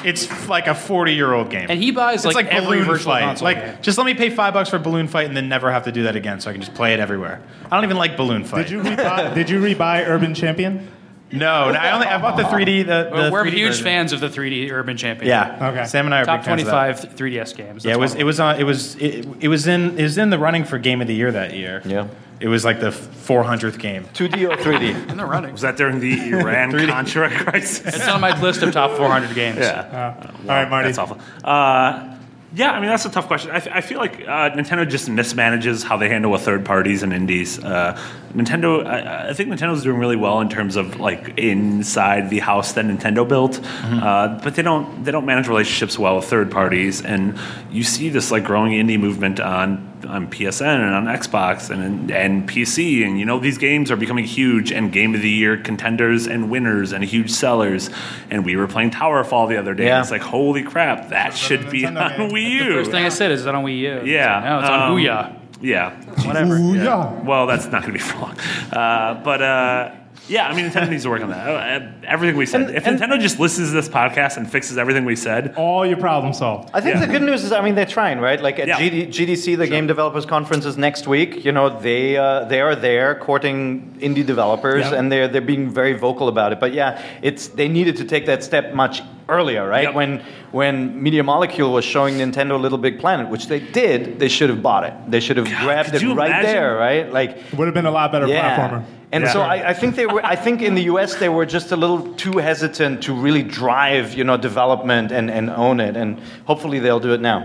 S6: It's f- like a 40 year old game.
S5: And he buys
S6: it's
S5: like,
S6: like,
S5: every
S6: balloon
S5: virtual
S6: fight.
S5: console.
S6: like,
S5: game.
S6: just let me pay five bucks for balloon fight and then never have to do that again, so I can just play it everywhere. I don't even like balloon fight.
S1: Did you rebuy, did you rebuy Urban Champion?
S6: No, no I only I bought the 3D. The, the
S5: we're
S6: 3D
S5: huge
S6: version.
S5: fans of the 3D Urban Champion.
S6: Yeah.
S1: Okay.
S6: Sam and I are
S5: Top
S6: big fans of that.
S5: 25 3DS games.
S6: Yeah,
S5: That's
S6: it was
S5: one
S6: it was on it was it, it was in it was in the running for game of the year that year.
S7: Yeah.
S6: It was like the 400th game.
S7: 2D or 3D.
S5: of them. in the running.
S2: Was that during the Iran Contra crisis?
S5: It's on my list of top 400 games.
S1: All right, Marty.
S2: That's awful. Uh, yeah, I mean that's a tough question. I, f- I feel like uh, Nintendo just mismanages how they handle with third parties and indies. Uh, Nintendo, I, I think Nintendo's doing really well in terms of like inside the house that Nintendo built,
S1: Mm-hmm.
S2: uh, but they don't they don't manage relationships well with third parties. And you see this like growing indie movement on on PSN and on Xbox and and PC. And you know these games are becoming huge and game of the year contenders and winners and huge sellers. And we were playing Towerfall the other day.
S7: Yeah.
S2: It's like holy crap, that should be on
S1: Nintendo game.
S2: Wii U.
S5: First thing I said is, is that on Wii U? It's like,
S2: Yeah,
S5: no, it's on
S2: um,
S5: Ouya.
S2: yeah, whatever.
S1: Ooh, yeah.
S2: Well, that's not going to be for long. Uh, but uh, Yeah, I mean, Nintendo needs to work on that. I- I- Everything we said. if Nintendo just listens to this podcast and fixes everything we said,
S1: All your problem solved.
S7: I think
S2: Yeah.
S7: the good news is, I mean, they're trying, right? Like at
S2: Yeah.
S7: GD, GDC, the Game Developers Conference is next week. You know, they uh, they are there courting indie developers,
S2: Yeah.
S7: and they're they're being very vocal about it. But yeah, it's they needed to take that step much earlier, right?
S2: Yep.
S7: When when Media Molecule was showing Nintendo Little Big Planet, which they did, they should have bought it. They should have grabbed
S2: could
S7: it
S2: you
S7: right
S2: imagine?
S7: there, right? Like
S1: Would have been a lot better platformer.
S7: and
S2: Yeah.
S7: so I, I think they were. I think in the U.S. they were just a little too hesitant to really drive, you know, development and, and own it. And hopefully they'll do it now.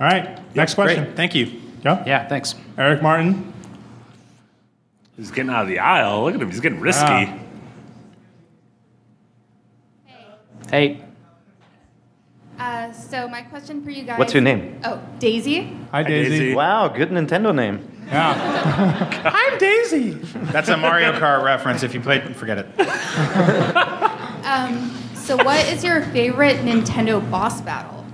S1: All right. Next question.
S6: Great. Thank you.
S1: Yeah.
S5: Yeah, thanks.
S1: Eric Martin.
S2: he's getting out of the aisle. Look at him. He's getting risky.
S1: Wow.
S5: Hey.
S9: Uh, so my question for you guys.
S7: What's your name?
S9: Oh, Daisy.
S1: Hi, Daisy.
S2: Daisy.
S7: Wow, good Nintendo name.
S1: Yeah. I'm Daisy.
S6: That's a Mario Kart reference. If you played, forget it.
S9: So what is your favorite Nintendo boss battle?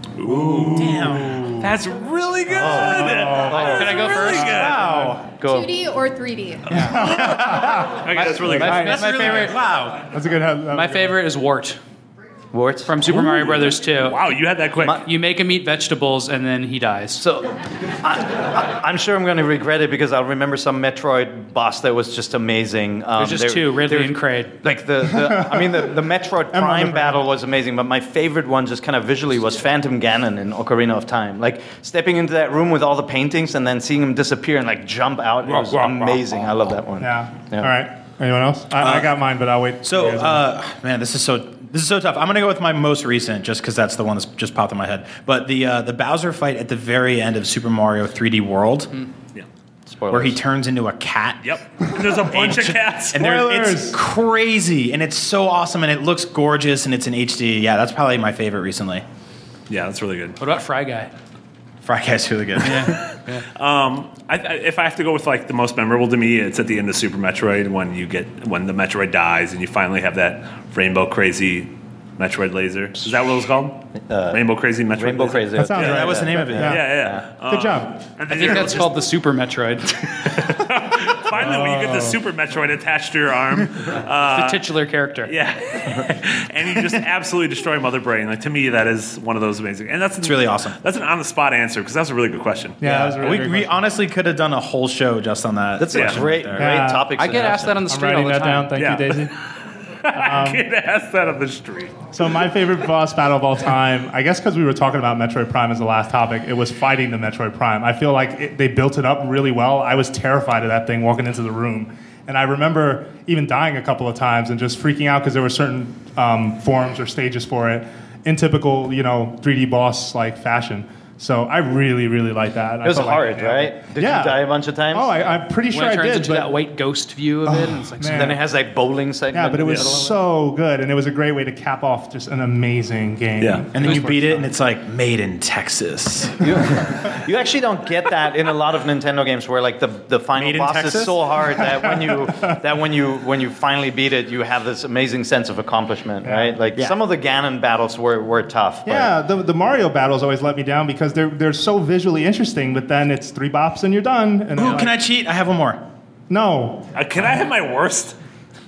S2: That's really good.
S5: Oh, Can I go first?
S7: Go.
S9: 2D or 3D?
S2: Okay, that's really good.
S5: My,
S1: That's
S5: my favorite.
S6: Wow.
S1: That's a good. uh, that was
S5: My
S1: good.
S5: favorite is wart
S7: Warts.
S5: from Super Mario Brothers 2.
S2: Wow, you had that quick.
S7: My-
S5: You make him eat vegetables and then he dies.
S7: So, I, I, am sure I'm going to regret it because I'll remember some Metroid boss that was just amazing. Um,
S5: There's just
S7: there-
S5: two, Ridley
S7: there-
S5: and Kraid.
S7: Like the, the I mean, the, the
S1: on
S7: Metroid
S1: the
S7: Prime
S1: Prime.
S7: battle was amazing, but my favorite one, just kind of visually, was Phantom Ganon in Ocarina of Time. Like stepping into that room with all the paintings and then seeing him disappear and like jump out. It was amazing. I love that one.
S1: Yeah.
S7: Yeah.
S1: All right. Anyone else? I, I got mine, but I'll wait.
S6: Uh, So,
S1: for you guys.
S6: uh, man, this is so this is so tough. I'm gonna go with my most recent, just because that's the one that's just popped in my head. But the uh, the Bowser fight at the very end of Super Mario 3D World,
S1: Mm-hmm.
S2: Yeah.
S7: Spoilers.
S6: where he turns into a cat.
S2: Yep. And there's a bunch of cats.
S6: And there, it's
S1: Spoilers.
S6: crazy, and it's so awesome, and it looks gorgeous, and it's in HD. Yeah, that's probably my favorite recently.
S2: yeah, that's really good.
S5: What about Fry Guy?
S6: Fry Guy's really good.
S2: Um, I, I, if I have to go with like the most memorable to me, it's at the end of Super Metroid when you get when the Metroid dies and you finally have that rainbow crazy Metroid laser. Is that what it was called? rainbow crazy Metroid.
S7: Uh, Rainbow
S2: laser?
S7: Crazy.
S1: that sounds
S6: Yeah,
S1: right.
S6: that was the name of it.
S1: Yeah.
S2: Yeah, yeah. yeah.
S1: Good
S2: Uh,
S1: job.
S2: and
S5: I
S2: then
S5: think
S2: you're
S5: that's
S2: just-
S5: called the Super Metroid.
S2: Finally, when you
S7: Oh.
S2: get the Super Metroid attached to your arm,
S5: the titular character.
S2: yeah, and you just absolutely destroy Mother Brain. Like to me, that is one of those amazing, and that's
S6: It's really awesome.
S2: That's an on the spot answer because that's a really good question.
S1: Yeah, that was a really
S6: we,
S1: great
S6: we
S1: question.
S6: honestly could have done a whole show just on that.
S7: That's
S2: Yeah.
S7: a great,
S6: Yeah.
S7: great
S1: Yeah.
S7: topic.
S5: I get asked that on the
S1: I'm
S5: street all
S1: writing
S5: the
S1: that down.
S5: time.
S1: Thank
S2: Yeah.
S1: you, Daisy.
S2: I get asked that on the street.
S1: So my favorite boss battle of all time, I guess because we were talking about Metroid Prime as the last topic, it was fighting the Metroid Prime. I feel like it, they built it up really well. I was terrified of that thing walking into the room, and I remember even dying a couple of times and just freaking out because there were certain um, forms or stages for it in typical, you know, 3D boss like fashion. So I really, really like that.
S7: It was hard, right? Did
S1: yeah.
S7: you die a bunch of times?
S1: Oh, I, I'm pretty
S5: When
S1: sure
S5: it
S1: I
S5: turns
S1: did.
S5: into
S1: but- Oh,
S5: that white ghost view of it, and it's like
S1: man.
S7: Then it has like bowling segment.
S1: yeah, but it
S7: in the
S1: was
S7: middle of
S1: so good, and it was a great way to cap off just an amazing game.
S2: Yeah.
S6: and then you beat it, and it's like made in Texas.
S7: You actually don't get that in a lot of Nintendo games where like the, the final
S6: Made in
S7: boss
S6: Texas?
S7: is so hard that when you that when you when you finally beat it, you have this amazing sense of accomplishment, right? Like some of the Ganon battles were, were tough. but-
S1: Yeah, the, the Mario battles always let me down because they're they're so visually interesting, but then it's three bops and you're done. And
S6: Ooh,
S1: I'm
S6: Oh, can I
S1: like,
S6: cheat? I have one more.
S1: no,
S2: Uh, can I have my worst?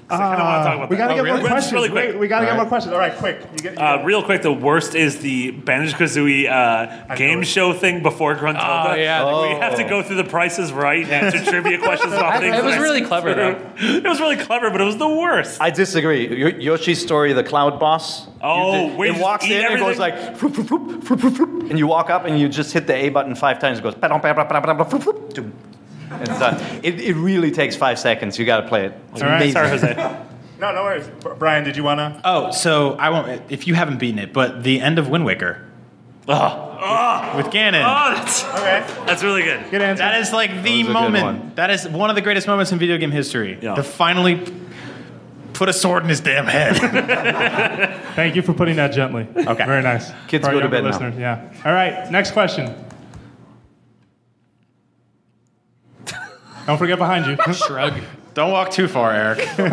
S2: 'Cause I kind of want to talk about
S1: Uh, we
S2: that.
S1: gotta get more
S2: Just
S1: questions.
S2: Really quick.
S1: Wait, we gotta get more questions. All right, quick. You get, you
S2: Uh, real quick, the worst is the Banjo Kazooie uh, game show thing before Gruntilda.
S5: Oh, yeah.
S2: Like, We have to go through the prices right and answer trivia questions about things.
S5: it was
S2: that I
S5: really
S2: said
S5: clever,
S2: through. It was really clever, but it was the worst.
S7: I disagree. Y- Yoshi's story, the cloud boss. you
S2: Oh,
S7: did-
S2: where you
S7: it
S2: just
S7: walks
S2: eat
S7: in and
S2: everything?
S7: goes like, "Froop, froop, froop, froop, froop, froop," and you walk up and you just hit the A button five times. It goes, "Padam, padam, padam, padam, froop, froop, doom." and it's done. It, it really takes five seconds. You got to play it. It's
S1: All right.
S7: amazing.
S2: Sorry, Jose.
S1: no, no worries. B- Brian, did you wanna?
S6: Oh, so I won't. If you haven't beaten it, but the end of Wind Waker with Ganon.
S2: Oh, that's,
S1: Okay,
S2: that's really good.
S1: good answer.
S6: Ah! That is like
S7: was
S6: the
S7: a good one.
S6: moment. That is one of the greatest moments in video game history.
S2: Yeah.
S6: To finally put a sword in his damn head.
S1: Thank you for putting that gently. Okay, very nice.
S7: Kids
S1: For our
S7: go to
S1: younger
S7: bed now.
S1: listeners, Yeah. All right, next question. Don't forget behind you.
S5: shrug.
S6: Don't walk too far, Eric. uh,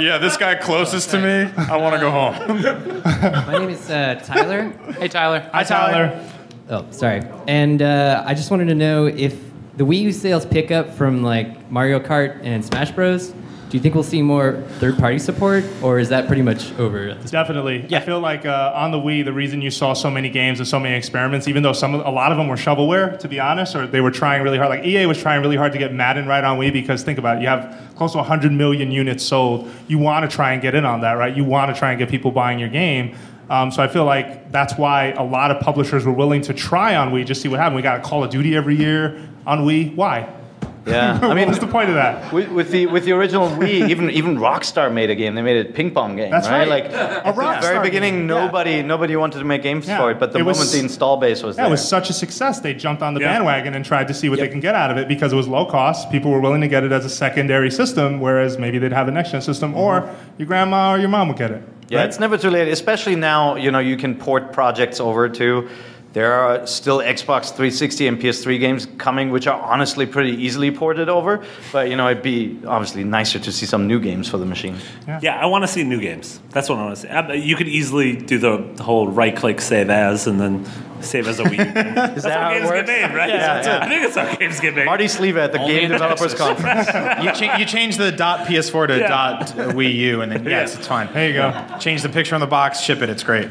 S6: yeah, this guy closest to me. I want to go home.
S10: My name is uh, Tyler.
S5: Hey, Tyler.
S1: Hi, Tyler.
S10: oh, sorry. And uh, I just wanted to know if the Wii U sales pick up from like Mario Kart and Smash Bros. Do you think we'll see more third-party support, or is that pretty much over? at this-
S1: Definitely. I feel like uh, on the Wii, the reason you saw so many games and so many experiments, even though some, of- a lot of them were shovelware, to be honest, or they were trying really hard. Like EA was trying really hard to get Madden right on Wii because think about it, you have close to 100 million units sold. You want to try and get in on that, right? You want to try and get people buying your game. Um, so I feel like that's why a lot of publishers were willing to try on Wii, just see what happened. We got a Call of Duty every year on Wii. Why?
S7: Yeah, I mean,
S1: what's the point of that?
S7: With, with the with the original Wii, even even Rockstar made a game. They made a ping pong game,
S1: That's right.
S7: Like
S1: A
S7: at the very
S1: Rockstar
S7: beginning,
S1: game, yeah.
S7: nobody nobody wanted to make games
S1: Yeah.
S7: for it, but the
S1: It was-
S7: moment the install base was
S1: That
S7: there,
S1: was such a success. They jumped on the
S7: Yeah.
S1: bandwagon and tried to see what they can get out of it because it was low cost. People were willing to get it as a secondary system, whereas maybe they'd have a next gen system or your grandma or your mom would get it.
S7: yeah, it's never too late. Especially now, you know, you can port projects over to. There are still Xbox 360 and PS3 games coming, which are honestly pretty easily ported over. But you know, it'd be obviously nicer to see some new games for the machine.
S2: Yeah, I want to see new games. That's what I want to see. I- You could easily do the the whole right click save as and then save as a Wii U game. That's
S7: that
S2: how,
S7: how it
S2: games
S7: works?
S2: get made, right?
S7: Yeah,
S2: That's
S7: yeah.
S2: it. I think that's how games get made.
S7: Marty Sleva at the
S2: Only
S7: Game
S2: in
S7: Developers
S2: Texas.
S7: Conference.
S6: you, cha- you change the dot PS4 to
S2: Yeah.
S6: dot uh, Wii U, and then yes, it's fine.
S1: There you go.
S6: Change the picture on the box, ship it. It's great.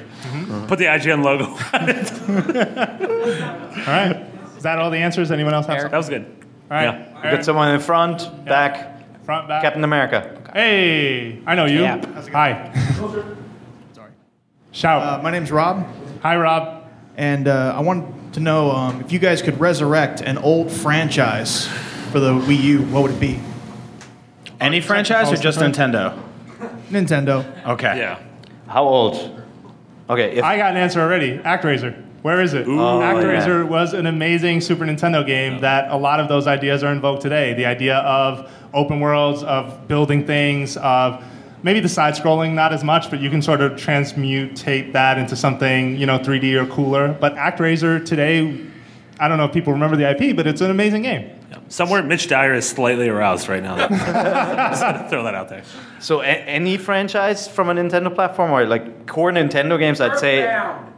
S2: Put the IGN logo.
S1: All right. Is that all the answers? Anyone else have
S2: That was good.
S1: All right.
S2: Yeah.
S7: You got someone in front, back,
S1: Front, back.
S7: Captain America.
S1: Hey, I know you.
S11: Yeah.
S1: Hi. Shout.
S11: Uh, my name's Rob,
S1: Hi, Rob.
S11: and uh, I wanted to know um, if you guys could resurrect an old franchise for the Wii U, what would it be?
S6: Any franchise or just Nintendo?
S11: Nintendo.
S6: Okay.
S2: Yeah.
S7: How old? Okay, if
S1: I got an answer already. ActRaiser. Where is it? Uh, ActRaiser was an amazing Super Nintendo game that a lot of those ideas are in vogue today. The idea of open worlds, of building things, of maybe the side scrolling, not as much, but you can sort of transmutate that into something, you know, 3D or cooler. But ActRaiser today, I don't know if people remember the IP, but it's an amazing game.
S2: Somewhere Mitch Dyer is slightly aroused right now. Just had to throw that out there.
S7: so, a- any franchise from a Nintendo platform or like core Nintendo games, I'd say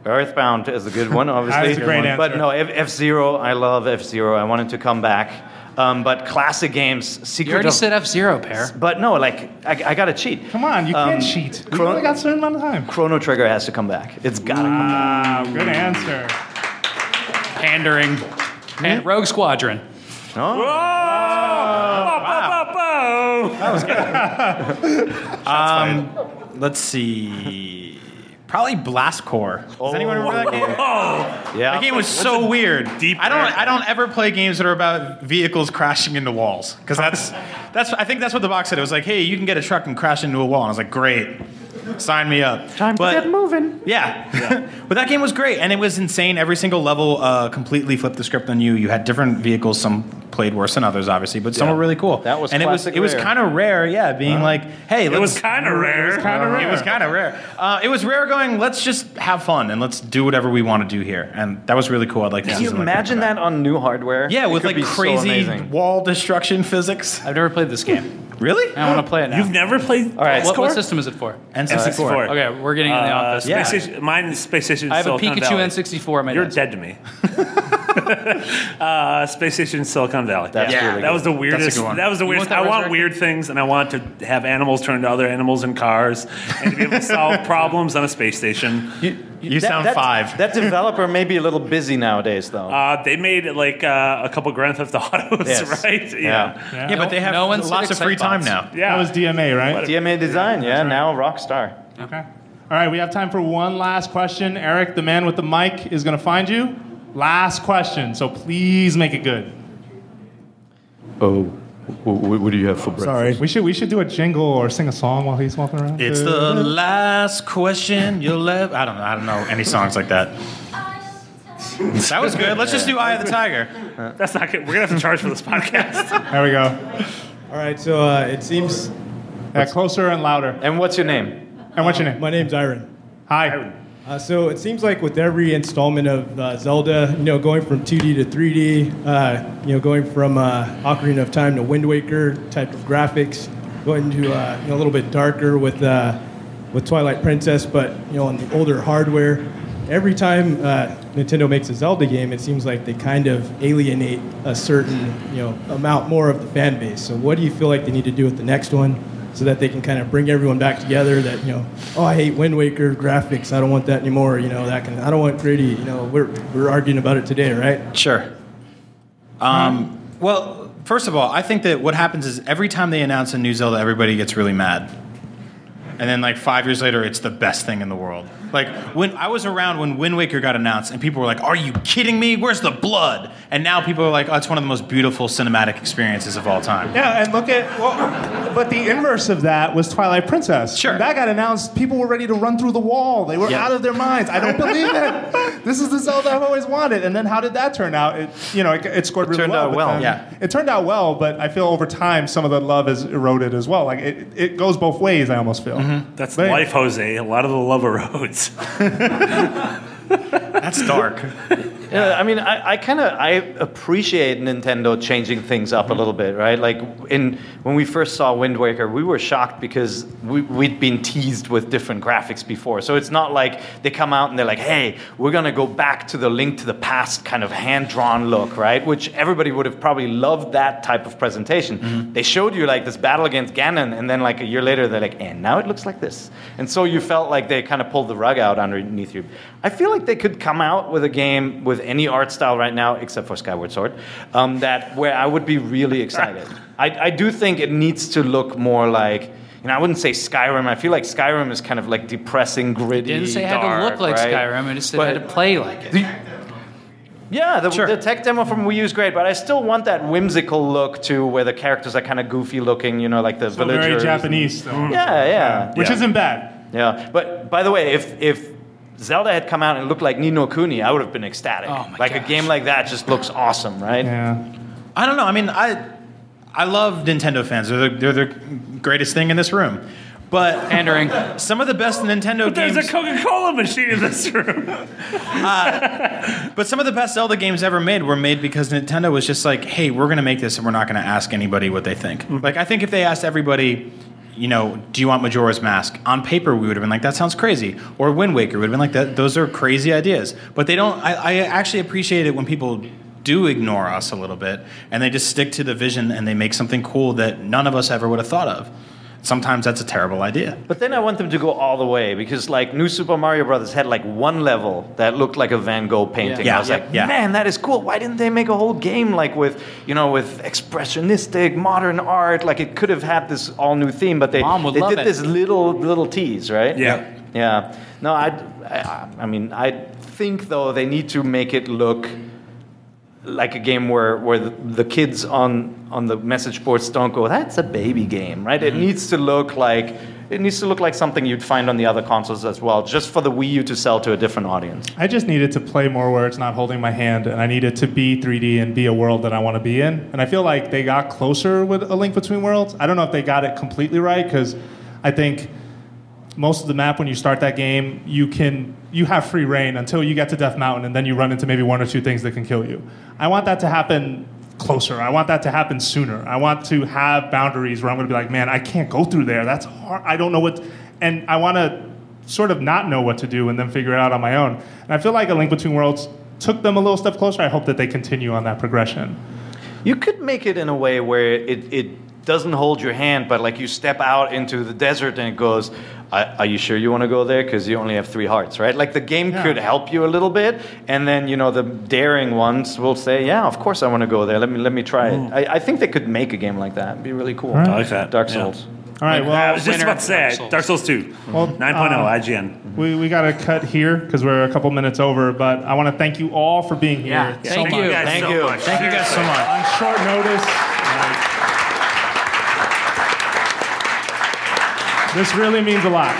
S7: Earthbound is a good one, obviously.
S1: That's a great answer.
S7: But no, F Zero, I love F Zero. I wanted to come back. Um, but classic games, Secret
S5: You already
S7: of-
S5: said F Zero, pair.
S7: But no, like I, I gotta cheat.
S1: Come on, you
S7: Um,
S1: can't cheat. We've
S7: Chron-
S1: only got a certain amount of time.
S7: Chrono Trigger has to come back. It's gotta come back.
S1: Wow, good answer.
S5: Pandering. And Rogue Squadron.
S7: No?
S6: Let's see. Probably Blastcore.
S7: Oh.
S6: Does anyone remember that game?
S7: Yeah.
S6: That game was so weird.
S2: deep
S6: I don't.
S2: rant.
S6: I don't ever play games that are about vehicles crashing into walls because that's that's. I think that's what the box said. It was like, hey, you can get a truck and crash into a wall, and I was like, great, sign me up. Time but, to get moving. Yeah, but that game was great, and it was insane. Every single level uh, completely flipped the script on you. You had different vehicles. Some played worse than others, obviously, but some were really cool.
S7: That was
S6: and it was
S7: classic
S6: it was
S7: rare.
S6: kind of rare. Yeah, being like, hey,
S2: It was
S6: let's-
S2: kind of rare.
S1: Kind of
S6: Uh-huh. it was
S1: rare.
S6: kind of rare. Uh, it was rare going, let's just have fun and let's do whatever we want to do here. And that was really cool. I'd like to
S7: Can
S6: see
S7: you
S6: something
S7: imagine
S6: like
S7: that on new hardware?
S6: Yeah,
S7: It
S6: with
S7: could
S6: like
S7: be so
S6: crazy
S7: amazing.
S6: wall destruction physics.
S5: I've never played this game.
S6: Really?
S5: I want to play it now.
S2: You've never played All
S7: right.
S5: what, what system is it for?
S2: N64.
S5: Okay, we're getting in the
S2: Uh,
S5: office.
S2: Space
S6: Yeah.
S2: Station- mine is Space Station
S5: I have a
S2: Silicon
S5: Pikachu
S2: Valley.
S5: N64 at my
S2: You're
S5: desk.
S2: dead to me. uh, Space Station Silicon Valley.
S7: That's Yeah. really
S2: that
S7: good.
S2: was the weirdest.
S6: good one.
S2: That was the weirdest.
S5: want that
S2: I want
S5: resurrected?
S2: weird things, and I want to have animals turn to other animals and cars, and to be able to solve problems on a space station.
S6: You sound five.
S7: That developer may be a little busy nowadays, though.
S2: Uh, they made like uh, a couple Grand Theft Autos,
S7: Yes.
S2: right?
S7: Yeah.
S6: yeah,
S5: No-
S6: but they have
S5: no one said
S6: lots of free
S5: Excitebots.
S6: time now.
S1: That was DMA, right?
S7: DMA Design, yeah, now Rockstar.
S1: Okay. All right, we have time for one last question. Eric, the man with the mic, is going to find you. Last question, so please make it good.
S12: Oh, what, what do you have for breakfast?
S8: Sorry.
S1: We should we should do a jingle or sing a song while he's walking around.
S6: It's the last question you'll ever. I don't know. I don't know any songs like that. That was good. Let's just do Eye of the Tiger.
S2: That's not good. We're gonna have to charge for this podcast.
S1: There we go.
S11: All right, so uh, it seems
S1: Yeah, closer and louder.
S7: And what's your name?
S1: And what's your name?
S11: my name's Iron.
S1: Hi.
S11: Uh, so it seems like with every installment of uh, Zelda, you know, going from 2D to 3D, uh, you know, going from uh, Ocarina of Time to Wind Waker type of graphics, going to uh, you know, a little bit darker with uh, with Twilight Princess, but you know, on the older hardware, every time uh, Nintendo makes a Zelda game, it seems like they kind of alienate a certain you know amount more of the fan base. So what do you feel like they need to do with the next one, so that they can kind of bring everyone back together? That you know, oh, I hate Wind Waker graphics. I don't want that anymore. You know, that can. I don't want gritty. You know, we're we're arguing about it today, right?
S6: Sure. Um, Well, first of all, I think that what happens is every time they announce a new Zelda, everybody gets really mad. And then, like five years later, it's the best thing in the world. Like when I was around when Wind Waker got announced, and people were like, "Are you kidding me? Where's the blood?" And now people are like, "Oh, it's one of the most beautiful cinematic experiences of all time."
S1: Yeah, and look at well, but the inverse of that was Twilight Princess. Sure, that got announced. People were ready to run through the wall. They were
S6: Yeah.
S1: out of their minds. I don't believe it. This is the Zelda I've always wanted. And then how did that turn out? It you know it, it scored really
S7: turned
S1: well.
S7: out
S1: but
S7: well,
S1: then-
S7: yeah.
S1: it turned out well. But I feel over time some of the love is eroded as well. Like it, it goes both ways. I almost feel
S7: Mm-hmm.
S2: That's
S1: But-
S2: life, Jose. A lot of the love erodes.
S6: That's dark.
S7: Yeah, Uh, I mean, I, I kind of I appreciate Nintendo changing things up a little bit, right? Like in when we first saw Wind Waker, we were shocked because we, we'd been teased with different graphics before. So it's not like they come out and they're like, "Hey, we're gonna go back to the Link to the Past kind of hand-drawn look," right? Which everybody would have probably loved that type of presentation. They showed you like this battle against Ganon, and then like a year later, they're like, "And now it looks like this." And so you felt like they kind of pulled the rug out underneath you. I feel like they could come out with a game with any art style right now, except for Skyward Sword, um, that where I would be really excited. I, I do think it needs to look more like. You know, I wouldn't say Skyrim. I feel like Skyrim is kind of like depressing, gritty.
S5: Didn't say it had to
S7: dark,
S5: look like
S7: right?
S5: Skyrim, it just said it
S7: But-
S5: had to play like it.
S7: yeah, the, the tech demo from Wii U is great, but I still want that whimsical look to where the characters are kind of goofy looking, you know, like the
S1: But
S7: villagers.
S1: very
S7: and-
S1: Japanese though.
S7: Yeah, yeah.
S1: Which
S7: Yeah.
S1: isn't bad.
S7: Yeah, but by the way, if if Zelda had come out and looked like Nino Kuni, I would have been ecstatic.
S6: Oh
S7: like a game like that just looks awesome, right?
S1: Yeah.
S6: I don't know. I mean, I I love Nintendo fans. They're the, they're the greatest thing in this room. But
S5: pandering.
S6: Some of the best Nintendo
S2: But
S6: games.
S2: there's a Coca-Cola machine in this room.
S6: But some of the best Zelda games ever made were made because Nintendo was just like, hey, we're going to make this and we're not going to ask anybody what they think. Like, I think if they asked everybody, you know, do you want Majora's Mask? On paper, we would have been like, that sounds crazy. Or Wind Waker would have been like, that. those are crazy ideas. But they don't, I, I actually appreciate it when people do ignore us a little bit and they just stick to the vision and they make something cool that none of us ever would have thought of. Sometimes that's a terrible idea.
S7: But then I want them to go all the way because, like, New Super Mario Brothers had like one level that looked like a Van Gogh painting.
S6: Yeah.
S7: I was
S6: Yeah,
S7: like,
S6: yeah.
S7: man, that is cool. Why didn't they make a whole game like with, you know, with expressionistic modern art? Like, it could have had this all new theme, but they
S5: Mom would
S7: they
S5: love
S7: did
S5: it.
S7: this little little tease, right?
S2: Yeah.
S7: yeah. No, I, I, I mean, I think though they need to make it look like a game where, where the, the kids on, on the message boards don't go, that's a baby game, right?
S5: Mm-hmm.
S7: It needs to look like it needs to look like something you'd find on the other consoles as well, just for the Wii U to sell to a different audience.
S1: I just needed to play more where it's not holding my hand, and I needed to be 3D and be a world that I want to be in. And I feel like they got closer with A Link Between Worlds. I don't know if they got it completely right because I think most of the map when you start that game, you can you have free reign until you get to Death Mountain, and then you run into maybe one or two things that can kill you. I want that to happen closer. I want that to happen sooner. I want to have boundaries where I'm going to be like, man, I can't go through there. That's hard. I don't know what, and I want to sort of not know what to do and then figure it out on my own. And I feel like A Link Between Worlds took them a little step closer. I hope that they continue on that progression.
S7: You could make it in a way where it, it doesn't hold your hand, but like you step out into the desert and it goes, "I- Are you sure you want to go there? Because you only have three hearts, right? Like the game could help you a little bit, and then you know the daring ones will say, "Yeah, of course I want to go there. Let me let me try it." I, I think they could make a game like that. It'd be really cool.
S2: right. Mm. I like that.
S7: Dark
S2: Yeah.
S7: Souls.
S1: All right, well,
S2: I was just about to say Dark Souls, Dark Souls 2.
S1: Well,
S2: 9.0,
S1: uh,
S2: IGN.
S1: We, we got to cut here because we're a couple minutes over, but I want to thank you all for being here.
S5: Yeah,
S1: so
S5: thank
S1: much.
S5: you. Thank you guys Thank so you. much. Thank you guys so much.
S1: On short notice. This really means a lot,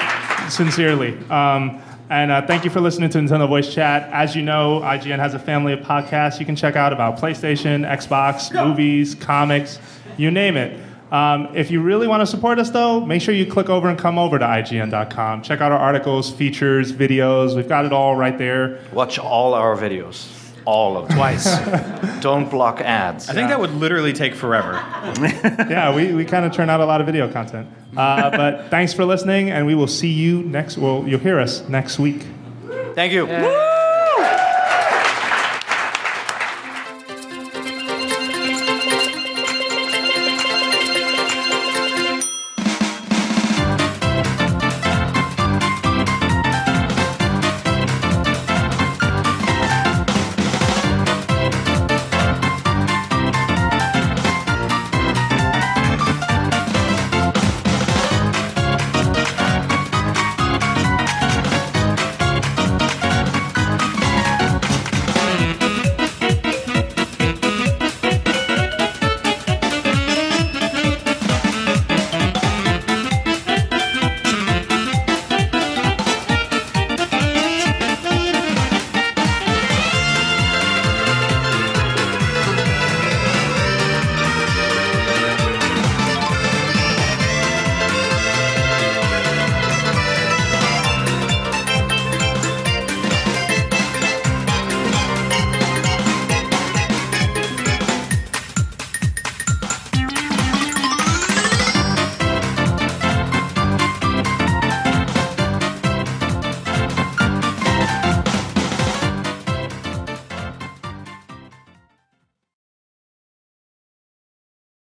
S1: sincerely. Um, and uh, thank you for listening to Nintendo Voice Chat. As you know, IGN has a family of podcasts you can check out about PlayStation, Xbox, movies, comics, you name it. Um, if you really want to support us, though, make sure you click over and come over to IGN.com. Check out our articles, features, videos. We've got it all right there.
S7: Watch all our videos, all of them.
S6: Twice.
S7: Don't block ads.
S6: I think that would literally take forever.
S1: yeah, we, we kind of turn out a lot of video content. Uh, but thanks for listening, and we will see you next. Well, you'll hear us next week.
S7: Thank you.